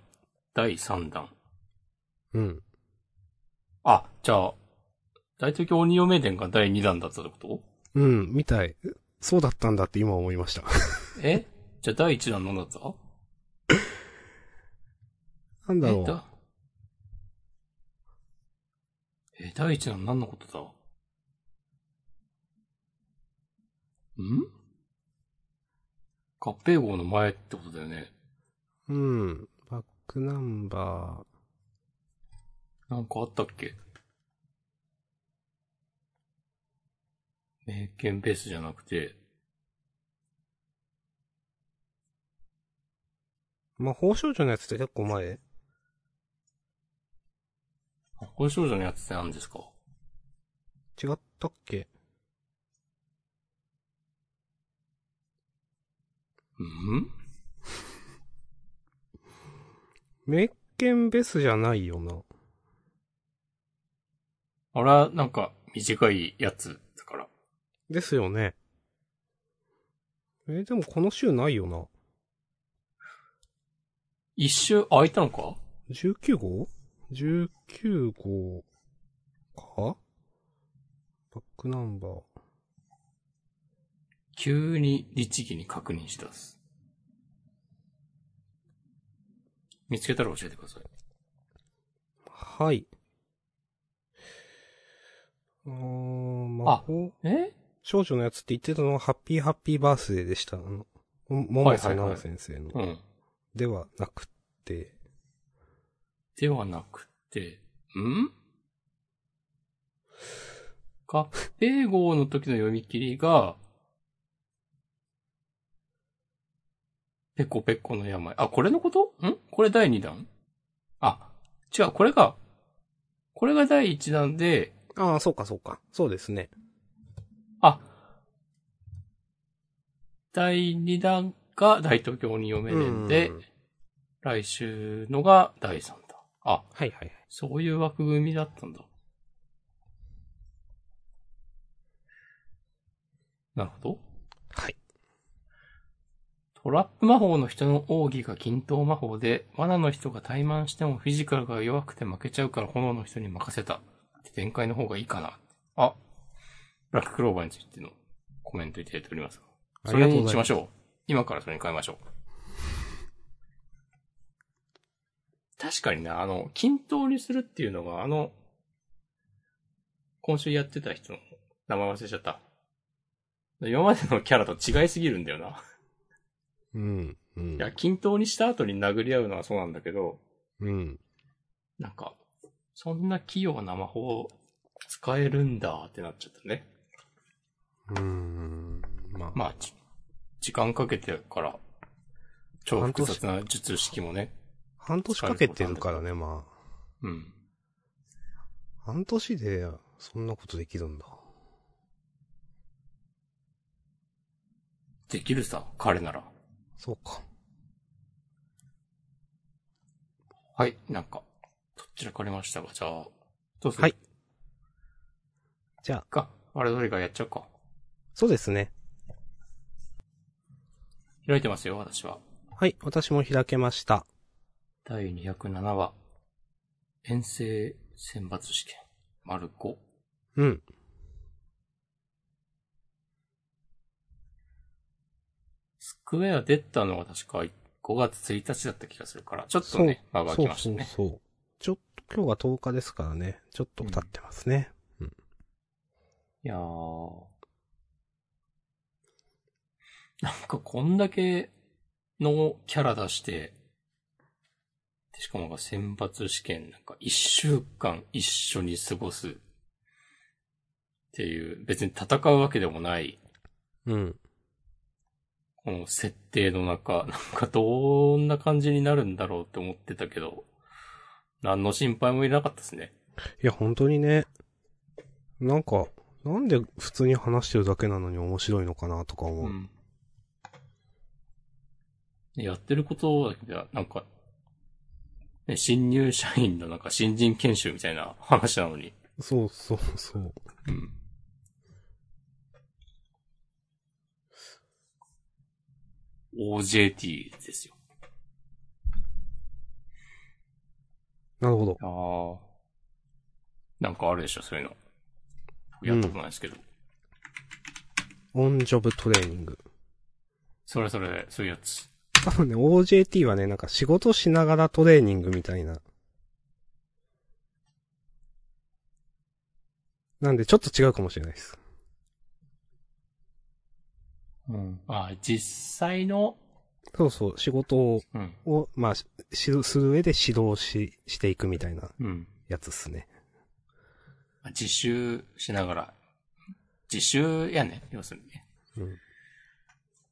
[SPEAKER 1] 第3弾。
[SPEAKER 2] うん。
[SPEAKER 1] あ、じゃあ、大東京鬼嫁伝が第2弾だったってこと
[SPEAKER 2] うん、みたい。そうだったんだって今思いました。 (laughs)
[SPEAKER 1] えじゃあ第1弾何だった
[SPEAKER 2] なんだろ
[SPEAKER 1] え
[SPEAKER 2] う。
[SPEAKER 1] だえ、第一弾何のことだん合併号の前ってことだよね。
[SPEAKER 2] うん。バックナンバ
[SPEAKER 1] なんかあったっけ名犬ベースじゃなくて、
[SPEAKER 2] ー。まあ、法少女のやつって結構前
[SPEAKER 1] 発酵少女のやつって何ですか
[SPEAKER 2] 違ったっけ
[SPEAKER 1] うん
[SPEAKER 2] メッケンベスじゃないよな。
[SPEAKER 1] あれはなんか短いやつだから。
[SPEAKER 2] ですよね。えーでもこの週ないよな。
[SPEAKER 1] 一周空いたのか
[SPEAKER 2] 19号 ?19 号かバックナンバー。
[SPEAKER 1] 急に律儀に確認し出す。見つけたら教えてください。
[SPEAKER 2] はい。うーん、魔法
[SPEAKER 1] え
[SPEAKER 2] 少女のやつって言ってたのは、ハッピーハッピーバースデーでした。あの、ももさ
[SPEAKER 1] はい
[SPEAKER 2] な
[SPEAKER 1] はいは
[SPEAKER 2] お
[SPEAKER 1] い
[SPEAKER 2] 先生の。
[SPEAKER 1] うん。
[SPEAKER 2] ではなくて、
[SPEAKER 1] ではなくて、ん合併号の時の読み切りが、ペコペコの病。あ、これのことんこれ第2弾あ、違う、これが、これが第1弾で、
[SPEAKER 2] ああ、そうかそうか。そうですね。
[SPEAKER 1] あ、第2弾が大東京に読めるんで
[SPEAKER 2] うん、
[SPEAKER 1] 来週のが第3弾。あ、
[SPEAKER 2] はいはいはい。
[SPEAKER 1] そういう枠組みだったんだ。なるほど。
[SPEAKER 2] はい。
[SPEAKER 1] トラップ魔法の人の奥義が均等魔法で、罠の人が怠慢してもフィジカルが弱くて負けちゃうから炎の人に任せた。展開の方がいいかな。あ、ブラッククローバーについてのコメントいただいております。それにしまし
[SPEAKER 2] ょ
[SPEAKER 1] ょう。今からそれに変えましょう。確かにな、あの、均等にするっていうのが、あの、今週やってた人の名前忘れちゃった。今までのキャラと違いすぎるんだよな。
[SPEAKER 2] う。うん。う
[SPEAKER 1] い
[SPEAKER 2] ん。
[SPEAKER 1] や、均等にした後に殴り合うのはそうなんだけど、
[SPEAKER 2] うん。
[SPEAKER 1] なんか、そんな器用な魔法使えるんだってなっちゃったね。
[SPEAKER 2] うん。まあ、
[SPEAKER 1] まあ、じ時間かけてから、超複雑な術式もね。
[SPEAKER 2] 半年かけてるからね、まあ。
[SPEAKER 1] うん。
[SPEAKER 2] 半年で、そんなことできるんだ。
[SPEAKER 1] できるさ、彼なら。
[SPEAKER 2] そうか。
[SPEAKER 1] はい。なんか、どちらかりましたが、じゃあ、どうする
[SPEAKER 2] はい。じゃあ、
[SPEAKER 1] か。あれどれかやっちゃうか。
[SPEAKER 2] そうですね。
[SPEAKER 1] 開いてますよ、私は。
[SPEAKER 2] はい、私も開けました。
[SPEAKER 1] 第207話。遠征選抜試験。丸5。
[SPEAKER 2] うん。
[SPEAKER 1] スクエア出たのが確か5月1日だった気がするから、ちょっとね、間が空
[SPEAKER 2] そ
[SPEAKER 1] き
[SPEAKER 2] う
[SPEAKER 1] まし
[SPEAKER 2] そ
[SPEAKER 1] た
[SPEAKER 2] う
[SPEAKER 1] ね。
[SPEAKER 2] そう。ちょっと今日は10日ですからね。ちょっと経ってますね。
[SPEAKER 1] いやー。 (laughs) なんかこんだけのキャラ出して、でしかもなんか選抜試験なんか一週間一緒に過ごすっていう、別に戦うわけでもない、
[SPEAKER 2] うん。
[SPEAKER 1] この設定の中、なんかどんな感じになるんだろうって思ってたけど、何の心配もいらなかったですね。
[SPEAKER 2] いや、本当にね。なんか、なんで普通に話してるだけなのに面白いのかなとか思う。
[SPEAKER 1] うん。やってることだけど、なんか、ね、新入社員のなんか新人研修みたいな話なのに。
[SPEAKER 2] そうそうそう。
[SPEAKER 1] うん。OJT ですよ。
[SPEAKER 2] なるほど。
[SPEAKER 1] ああ。なんかあるでしょ、そういうの。やったことないですけど。
[SPEAKER 2] オンジョブトレーニング。
[SPEAKER 1] それそれ、そういうやつ。
[SPEAKER 2] 多分ね、OJT はね、なんか仕事しながらトレーニングみたいな。なんで、ちょっと違うかもしれないです。
[SPEAKER 1] うん。ああ、実際の、
[SPEAKER 2] そうそう、仕事を、
[SPEAKER 1] うん。
[SPEAKER 2] をまあ、し、しする上で指導し、していくみたいな
[SPEAKER 1] うん。
[SPEAKER 2] やつっすね。
[SPEAKER 1] 自習しながら。自習やね、要するにね。
[SPEAKER 2] うん。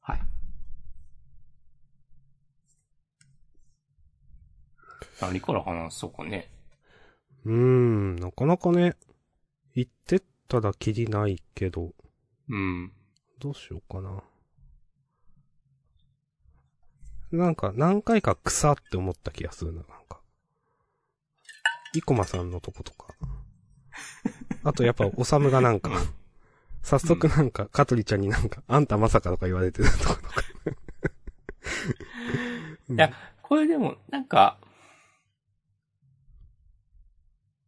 [SPEAKER 1] はい。何から話そうかね。
[SPEAKER 2] うーん、なかなかね、言ってったらきりないけど、
[SPEAKER 1] うん。
[SPEAKER 2] どうしようかな。なんか、何回か草って思った気がするな、なんか。生駒さんのとことか。あとやっぱ、おさむがなんか、早速なんか、香取ちゃんになんか、あんたまさかとか言われてるとことか。うん
[SPEAKER 1] いや、これでも、なんか、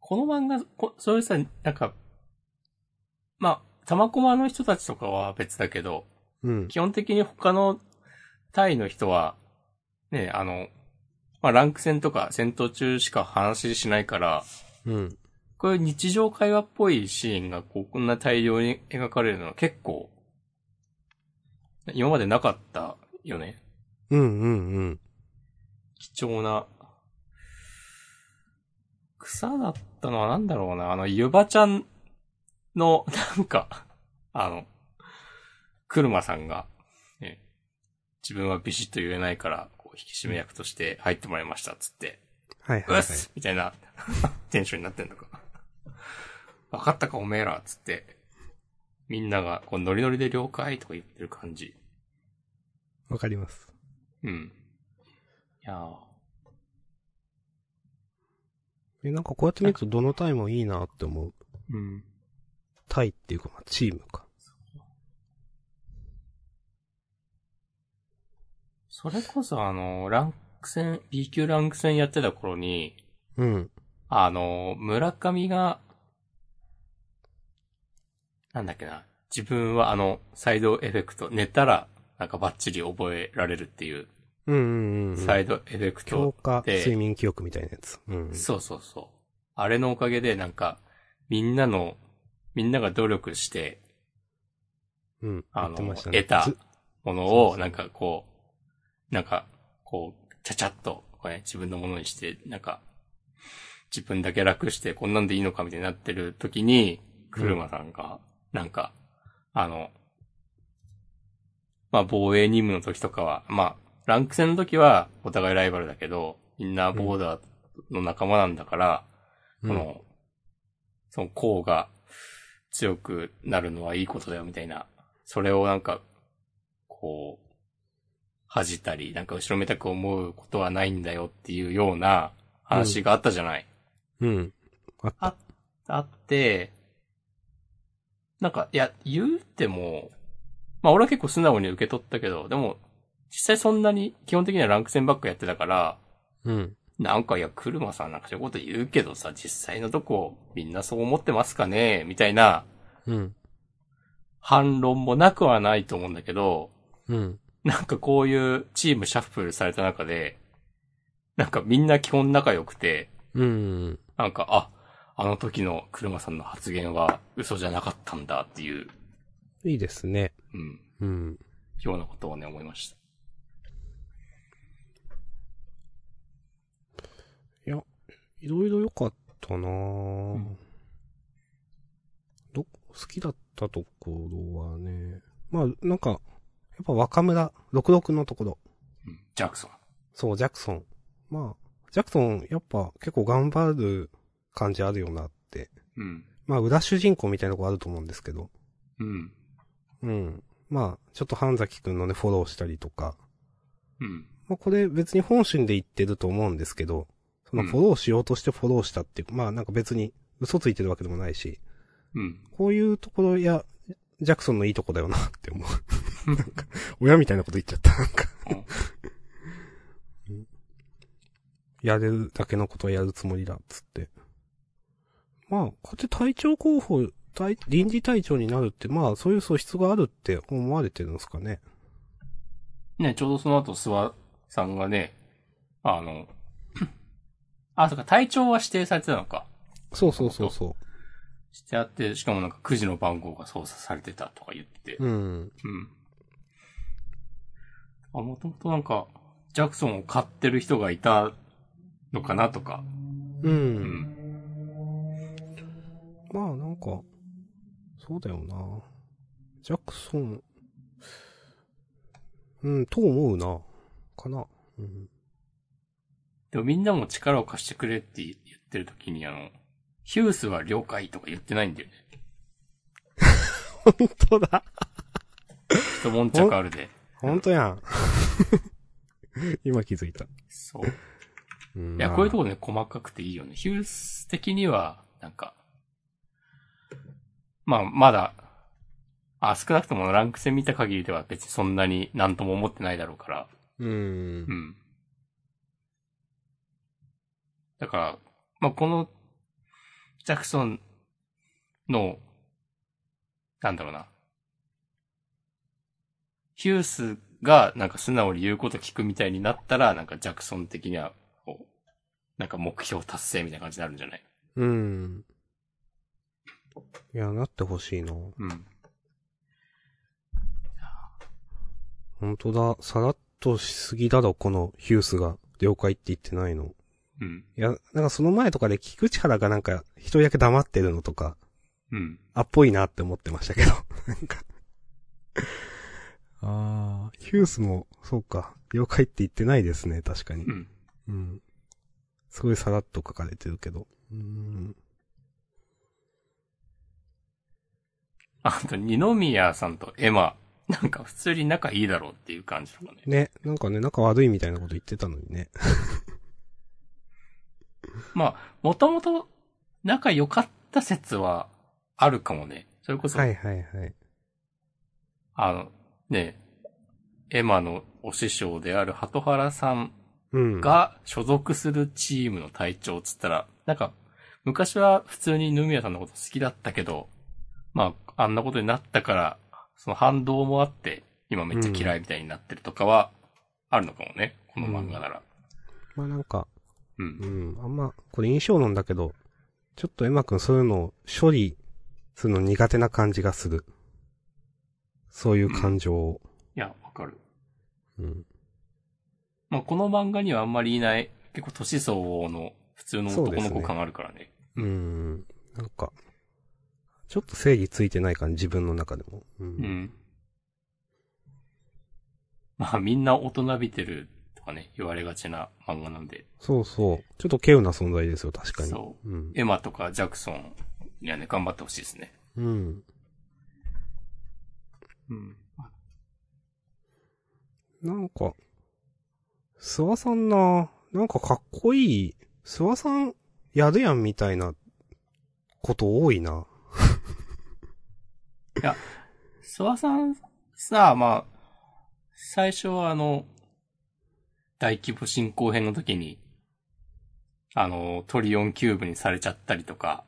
[SPEAKER 1] この漫画、こそれさ、なんか、まあ、玉駒の人たちとかは別だけど、
[SPEAKER 2] うん。
[SPEAKER 1] 基本的に他の隊の人は、ね、あの、まあ、ランク戦とか戦闘中しか話しないから、
[SPEAKER 2] うん。
[SPEAKER 1] こういう日常会話っぽいシーンがこうこんな大量に描かれるのは結構、今までなかったよね。
[SPEAKER 2] うんうんうん。
[SPEAKER 1] 貴重な。草だったのはなんだろうな。あの、ゆばちゃんの、なんか、あの、車さんが、ね、自分はビシッと言えないから、こう引き締め役として入ってもらいました、つって。
[SPEAKER 2] はいはい、
[SPEAKER 1] う
[SPEAKER 2] は
[SPEAKER 1] っ
[SPEAKER 2] い。
[SPEAKER 1] すみたいな (laughs) テンションになってんのか。わかったかおめえらつって、みんながこうノリノリで了解とか言ってる感じ。
[SPEAKER 2] わかります。
[SPEAKER 1] うん。いやー
[SPEAKER 2] え、なんかこうやって見るとどのタイもいいなって思う。
[SPEAKER 1] うん。
[SPEAKER 2] タイっていうか、まあ、チームか。
[SPEAKER 1] それこそあの、ランク戦、B 級ランク戦やってた頃に、
[SPEAKER 2] うん。
[SPEAKER 1] あの、村上が、なんだっけな、自分はあの、サイドエフェクト、寝たら、なんかバッチリ覚えられるっていう、
[SPEAKER 2] うんうんうん。
[SPEAKER 1] サイドエフェクト
[SPEAKER 2] 強化
[SPEAKER 1] で
[SPEAKER 2] 睡眠記憶みたいなやつ。うん。
[SPEAKER 1] そうそうそう。あれのおかげで、なんか、みんなの、みんなが努力して、
[SPEAKER 2] うん。
[SPEAKER 1] あ
[SPEAKER 2] 言っ
[SPEAKER 1] の、
[SPEAKER 2] てましたね
[SPEAKER 1] 得た
[SPEAKER 2] ず
[SPEAKER 1] もの
[SPEAKER 2] そうそ
[SPEAKER 1] を、
[SPEAKER 2] う
[SPEAKER 1] なんかこう、なんか、こう、ちゃちゃっと、これ自分のものにして、なんか、自分だけ楽して、こんなんでいいのかみたいになってる時に、車さんが、なんか、あの、まあ、防衛任務の時とかは、まあ、ランク戦の時は、お互いライバルだけど、みんなボーダーの仲間なんだから、
[SPEAKER 2] う
[SPEAKER 1] こ
[SPEAKER 2] ん
[SPEAKER 1] の、その、こうが、強くなるのはいいことだよみたいな、それをなんか、こう、恥じたり、なんか後ろめたく思うことはないんだよっていうような話があったじゃない。
[SPEAKER 2] うん。あった。
[SPEAKER 1] あって、なんか、いや、言うても、まあ俺は結構素直に受け取ったけど、でも、実際そんなに基本的にはランク戦ばっかやってたから、
[SPEAKER 2] うん。
[SPEAKER 1] なんかいや、車さんなんかそういうこと言うけどさ、実際のとこ、みんなそう思ってますかねみたいな
[SPEAKER 2] うん。
[SPEAKER 1] 反論もなくはないと思うんだけど、
[SPEAKER 2] うん。
[SPEAKER 1] なんかこういうチームシャッフルされた中で、なんかみんな基本仲良くて、
[SPEAKER 2] うん。
[SPEAKER 1] なんか、あ、あの時の車さんの発言は嘘じゃなかったんだっていう、
[SPEAKER 2] いいですね。
[SPEAKER 1] うん、
[SPEAKER 2] うん。
[SPEAKER 1] ようなことをね、思いました。
[SPEAKER 2] いや、いろいろ良かったなぁ、
[SPEAKER 1] ん
[SPEAKER 2] ど、好きだったところはね、まあ、なんか、やっぱ若村、66のところ。
[SPEAKER 1] うん、ジャクソン。
[SPEAKER 2] そう、ジャクソン。まあ、ジャクソン、やっぱ結構頑張る感じあるよなって。
[SPEAKER 1] うん。
[SPEAKER 2] まあ、裏主人公みたいなとこあると思うんですけど。
[SPEAKER 1] うん。
[SPEAKER 2] うん。まあ、ちょっと半崎くんのね、フォローしたりとか。
[SPEAKER 1] うん。
[SPEAKER 2] まあ、これ別に本心で言ってると思うんですけど、その
[SPEAKER 1] うん
[SPEAKER 2] フォローしようとしてフォローしたっていう、まあなんか別に嘘ついてるわけでもないし、
[SPEAKER 1] うん。
[SPEAKER 2] こういうところや、ジャクソンのいいとこだよなって思う。 (laughs) なんか、親みたいなこと言っちゃった、なんか。
[SPEAKER 1] うん
[SPEAKER 2] やれるだけのことはやるつもりだ、っつって。まあ、こうやって隊長候補、隊臨時隊長になるって、まあそういう素質があるって思われてるんですかね。
[SPEAKER 1] ね、ちょうどその後、諏訪さんがね、あの、 (clears throat) あ、そっか、体調は指定されてたのか。
[SPEAKER 2] そうそうそうそ
[SPEAKER 1] 指定あって、しかもなんかくじの番号が操作されてたとか言ってて。
[SPEAKER 2] う。うん。
[SPEAKER 1] うん。あ、もともとなんか、ジャクソンを買ってる人がいたのかなとか。
[SPEAKER 2] う。
[SPEAKER 1] うんん。
[SPEAKER 2] まあなんか、そうだよな。ジャクソン、うん、と思うな。かな。うん。
[SPEAKER 1] でもみんなも力を貸してくれって言ってる時に、あの、ヒュースは了解とか言ってないんだよね。
[SPEAKER 2] 本当だ。
[SPEAKER 1] 一悶着あるで。
[SPEAKER 2] 本当やん。 (laughs) 今気づいた。
[SPEAKER 1] そう。い
[SPEAKER 2] うん、
[SPEAKER 1] や、こういうと
[SPEAKER 2] こ
[SPEAKER 1] こね、細かくていいよね。ヒュース的には、なんか、まあ、まだ、あ、少なくともランク戦見た限りでは別にそんなに何とも思ってないだろうから。
[SPEAKER 2] うん
[SPEAKER 1] う。ん。だから、まあ、この、ジャクソンの、なんだろうな。ヒュースが、なんか素直に言うこと聞くみたいになったら、なんかジャクソン的には、こう、なんか目標達成みたいな感じになるんじゃない
[SPEAKER 2] うん。いや、なってほしいな。
[SPEAKER 1] うん。
[SPEAKER 2] 本当だ。さらっとしすぎだろ、このヒュースが。了解って言ってないの。
[SPEAKER 1] うん。
[SPEAKER 2] いや、なんかその前とかで菊池原がなんか一人だけ黙ってるのとか、
[SPEAKER 1] うん。
[SPEAKER 2] あっぽいなって思ってましたけど。 (laughs) なんか。ああ。ヒュースも、そうか。了解って言ってないですね、確かに
[SPEAKER 1] う。ん。
[SPEAKER 2] うん。すごいさらっと書かれてるけど。うん。
[SPEAKER 1] あと、二宮さんとエマ、なんか普通に仲いいだろうっていう感じとかね。
[SPEAKER 2] ね、なんかね、仲悪いみたいなこと言ってたのにね。
[SPEAKER 1] まあ、もともと仲良かった説はあるかもね。それこそ、
[SPEAKER 2] はいはいはい。
[SPEAKER 1] あの、ね、エマのお師匠である鳩原さん
[SPEAKER 2] うん。
[SPEAKER 1] が所属するチームの隊長っつったら、なんか、昔は普通にヌミヤさんのこと好きだったけど、まあ、あんなことになったから、その反動もあって、今めっちゃ嫌いみたいになってるとかは、あるのかもね。この漫画なら。
[SPEAKER 2] まあなんか、
[SPEAKER 1] う。
[SPEAKER 2] うんん。あんま、これ印象論だけど、ちょっとエマくんそういうのを処理するの苦手な感じがする。そういう感情を。
[SPEAKER 1] いや、わかる。
[SPEAKER 2] うん。
[SPEAKER 1] まあ、この漫画にはあんまりいない、結構年相応の普通の男の子感あるからね。
[SPEAKER 2] うん。なんか、ちょっと正義ついてない感じ、自分の中でも。う。
[SPEAKER 1] うんん。まあ、みんな大人びてるとかね、言われがちな漫画なんで。
[SPEAKER 2] そうそう。ちょっと稀有な存在ですよ、確かに。。
[SPEAKER 1] そう
[SPEAKER 2] うん。
[SPEAKER 1] エマとかジャクソンにはね、頑張ってほしいですね。
[SPEAKER 2] うん。
[SPEAKER 1] うん。
[SPEAKER 2] なんか、諏訪さんな、なんかかっこいい、諏訪さんやるやんみたいなこと多いな。
[SPEAKER 1] 諏訪さん、さあ、まあ、最初はあの、大規模進行編の時に、あの、トリオンキューブにされちゃったりとか、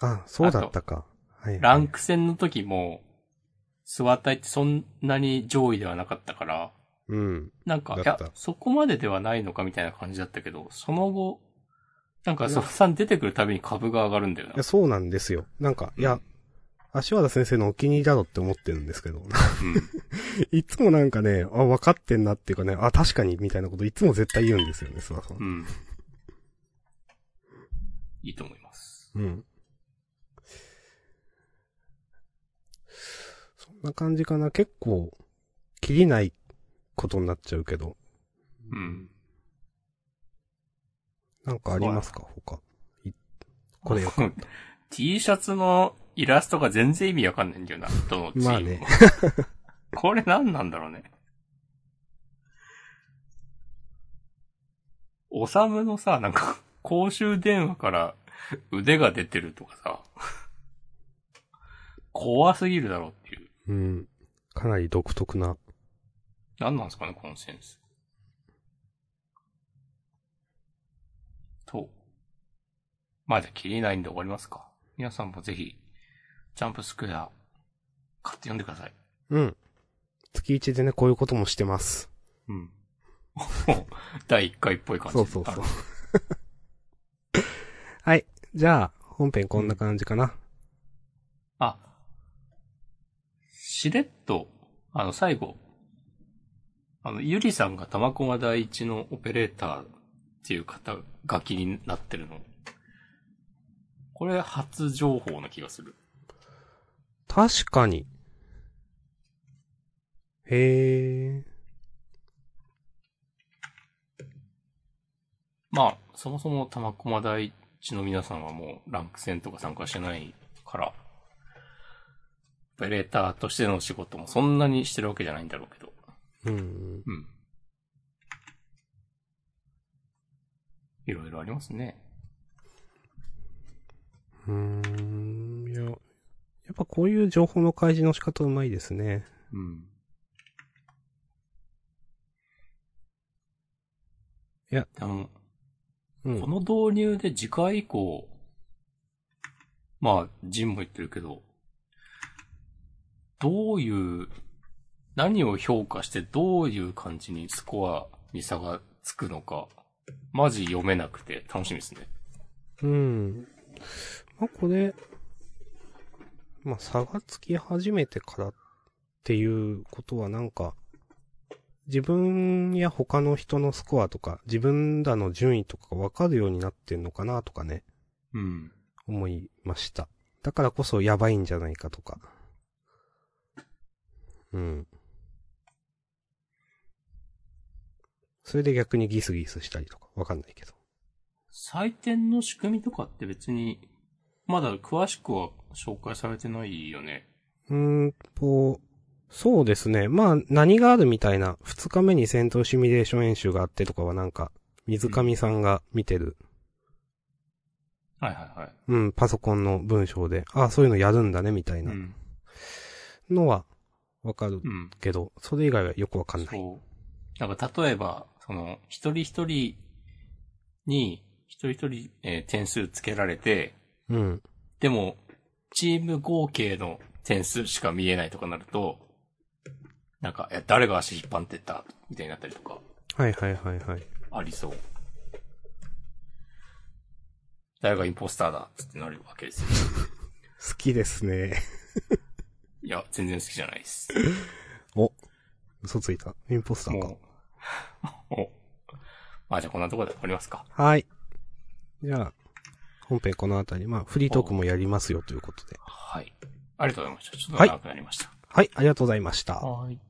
[SPEAKER 2] あ、そうだったか。はい。
[SPEAKER 1] ランク戦の時も、諏訪隊ってそんなに上位ではなかったから、
[SPEAKER 2] うん。
[SPEAKER 1] なんか、い
[SPEAKER 2] だっ
[SPEAKER 1] や
[SPEAKER 2] た、
[SPEAKER 1] そこまでではないのかみたいな感じだったけど、その後、なんか、
[SPEAKER 2] いや
[SPEAKER 1] そフさん出てくるたびに株が上がるんだよ
[SPEAKER 2] いや、
[SPEAKER 1] な。
[SPEAKER 2] そうなんですよ。なんか、いや、足和田先生のお気に入りだろって思ってるんですけど。いつもなんかね、あ、分かってんなっていうかね、あ、確かに、みたいなこといつも絶対言うんですよね、諏訪さん
[SPEAKER 1] う。ん。うん。いいと思います。
[SPEAKER 2] うん。そんな感じかな。結構、切りないことになっちゃうけど、
[SPEAKER 1] うん。
[SPEAKER 2] なんかありますか他。いこれよかった。
[SPEAKER 1] (laughs) T シャツのイラストが全然意味わかんないんだよな、どのチームも。
[SPEAKER 2] まあね
[SPEAKER 1] (laughs) これ何なんだろうね。おさむのさ、なんか、公衆電話から腕が出てるとかさ、怖すぎるだろうっていう。
[SPEAKER 2] うん。かなり独特な。
[SPEAKER 1] 何なんですかね、このセンス。と。まあじゃあ、切りないんで終わりますか。皆さんもぜひ、ジャンプスクエア、買って読んでください。
[SPEAKER 2] うん。月一でね、こういうこともしてます。
[SPEAKER 1] うん。 (laughs) 第1回っぽい感じ。
[SPEAKER 2] そうそうそう
[SPEAKER 1] あ。
[SPEAKER 2] (laughs) はい。じゃあ、本編こんな感じかな。
[SPEAKER 1] あ、しれっと、あの、最後、あの、ゆりさんが玉駒第一のオペレーターっていう方が気になってるの。これ、初情報な気がする。
[SPEAKER 2] 確かに。へえ。
[SPEAKER 1] まあ、そもそも玉駒第一の皆さんはもうランク戦とか参加してないから、オペレーターとしての仕事もそんなにしてるわけじゃないんだろうけど。
[SPEAKER 2] うん。
[SPEAKER 1] うん。いろいろありますね。
[SPEAKER 2] うーん、いや、やっぱこういう情報の開示の仕方うまいですね。
[SPEAKER 1] うん。
[SPEAKER 2] いや、
[SPEAKER 1] あの、
[SPEAKER 2] う
[SPEAKER 1] こ
[SPEAKER 2] ん。
[SPEAKER 1] の導入で次回以降、まあ、ジンも言ってるけど、どういう、何を評価してどういう感じにスコアに差がつくのか、マジ読めなくて楽しみですね。
[SPEAKER 2] うん。まあ、これ、まあ、差がつき始めてからっていうことはなんか、自分や他の人のスコアとか、自分らの順位とかがわかるようになってんのかなとかね、
[SPEAKER 1] うん。
[SPEAKER 2] 思いました。だからこそやばいんじゃないかとか。うん。それで逆にギスギスしたりとか、わかんないけど。
[SPEAKER 1] 採点の仕組みとかって別に、まだ詳しくは紹介されてないよね。
[SPEAKER 2] うーんと、そうですね。まあ、何があるみたいな、二日目に戦闘シミュレーション演習があってとかはなんか、水上さんが見てる、
[SPEAKER 1] はいはいはい。
[SPEAKER 2] うん、パソコンの文章で、ああ、そういうのやるんだね、みたいな
[SPEAKER 1] うん。
[SPEAKER 2] のは、わかる
[SPEAKER 1] うん。
[SPEAKER 2] けど、それ以外はよくわかんない。
[SPEAKER 1] そう。なんか例えば、その、一人一人に、一人一人、えー点数つけられて、
[SPEAKER 2] うん。
[SPEAKER 1] でも、チーム合計の点数しか見えないとかなると、なんか、いや、誰が足引っ張ってったみたいになったりとか、
[SPEAKER 2] はいはいはいはい。
[SPEAKER 1] ありそう。誰がインポスターだっつってなるわけですよ。
[SPEAKER 2] 好きですね。 (laughs)
[SPEAKER 1] いや、全然好きじゃないです。
[SPEAKER 2] お、嘘ついた。インポスターか。
[SPEAKER 1] もう、お。まあじゃあこんなところで終わりますか。
[SPEAKER 2] はい。じゃあ、本編このあたり、まあ、フリートークもやりますよということで。
[SPEAKER 1] はい。ありがとうございました。ちょっと長くなりました。
[SPEAKER 2] はい、ありがとうございました。
[SPEAKER 1] はい。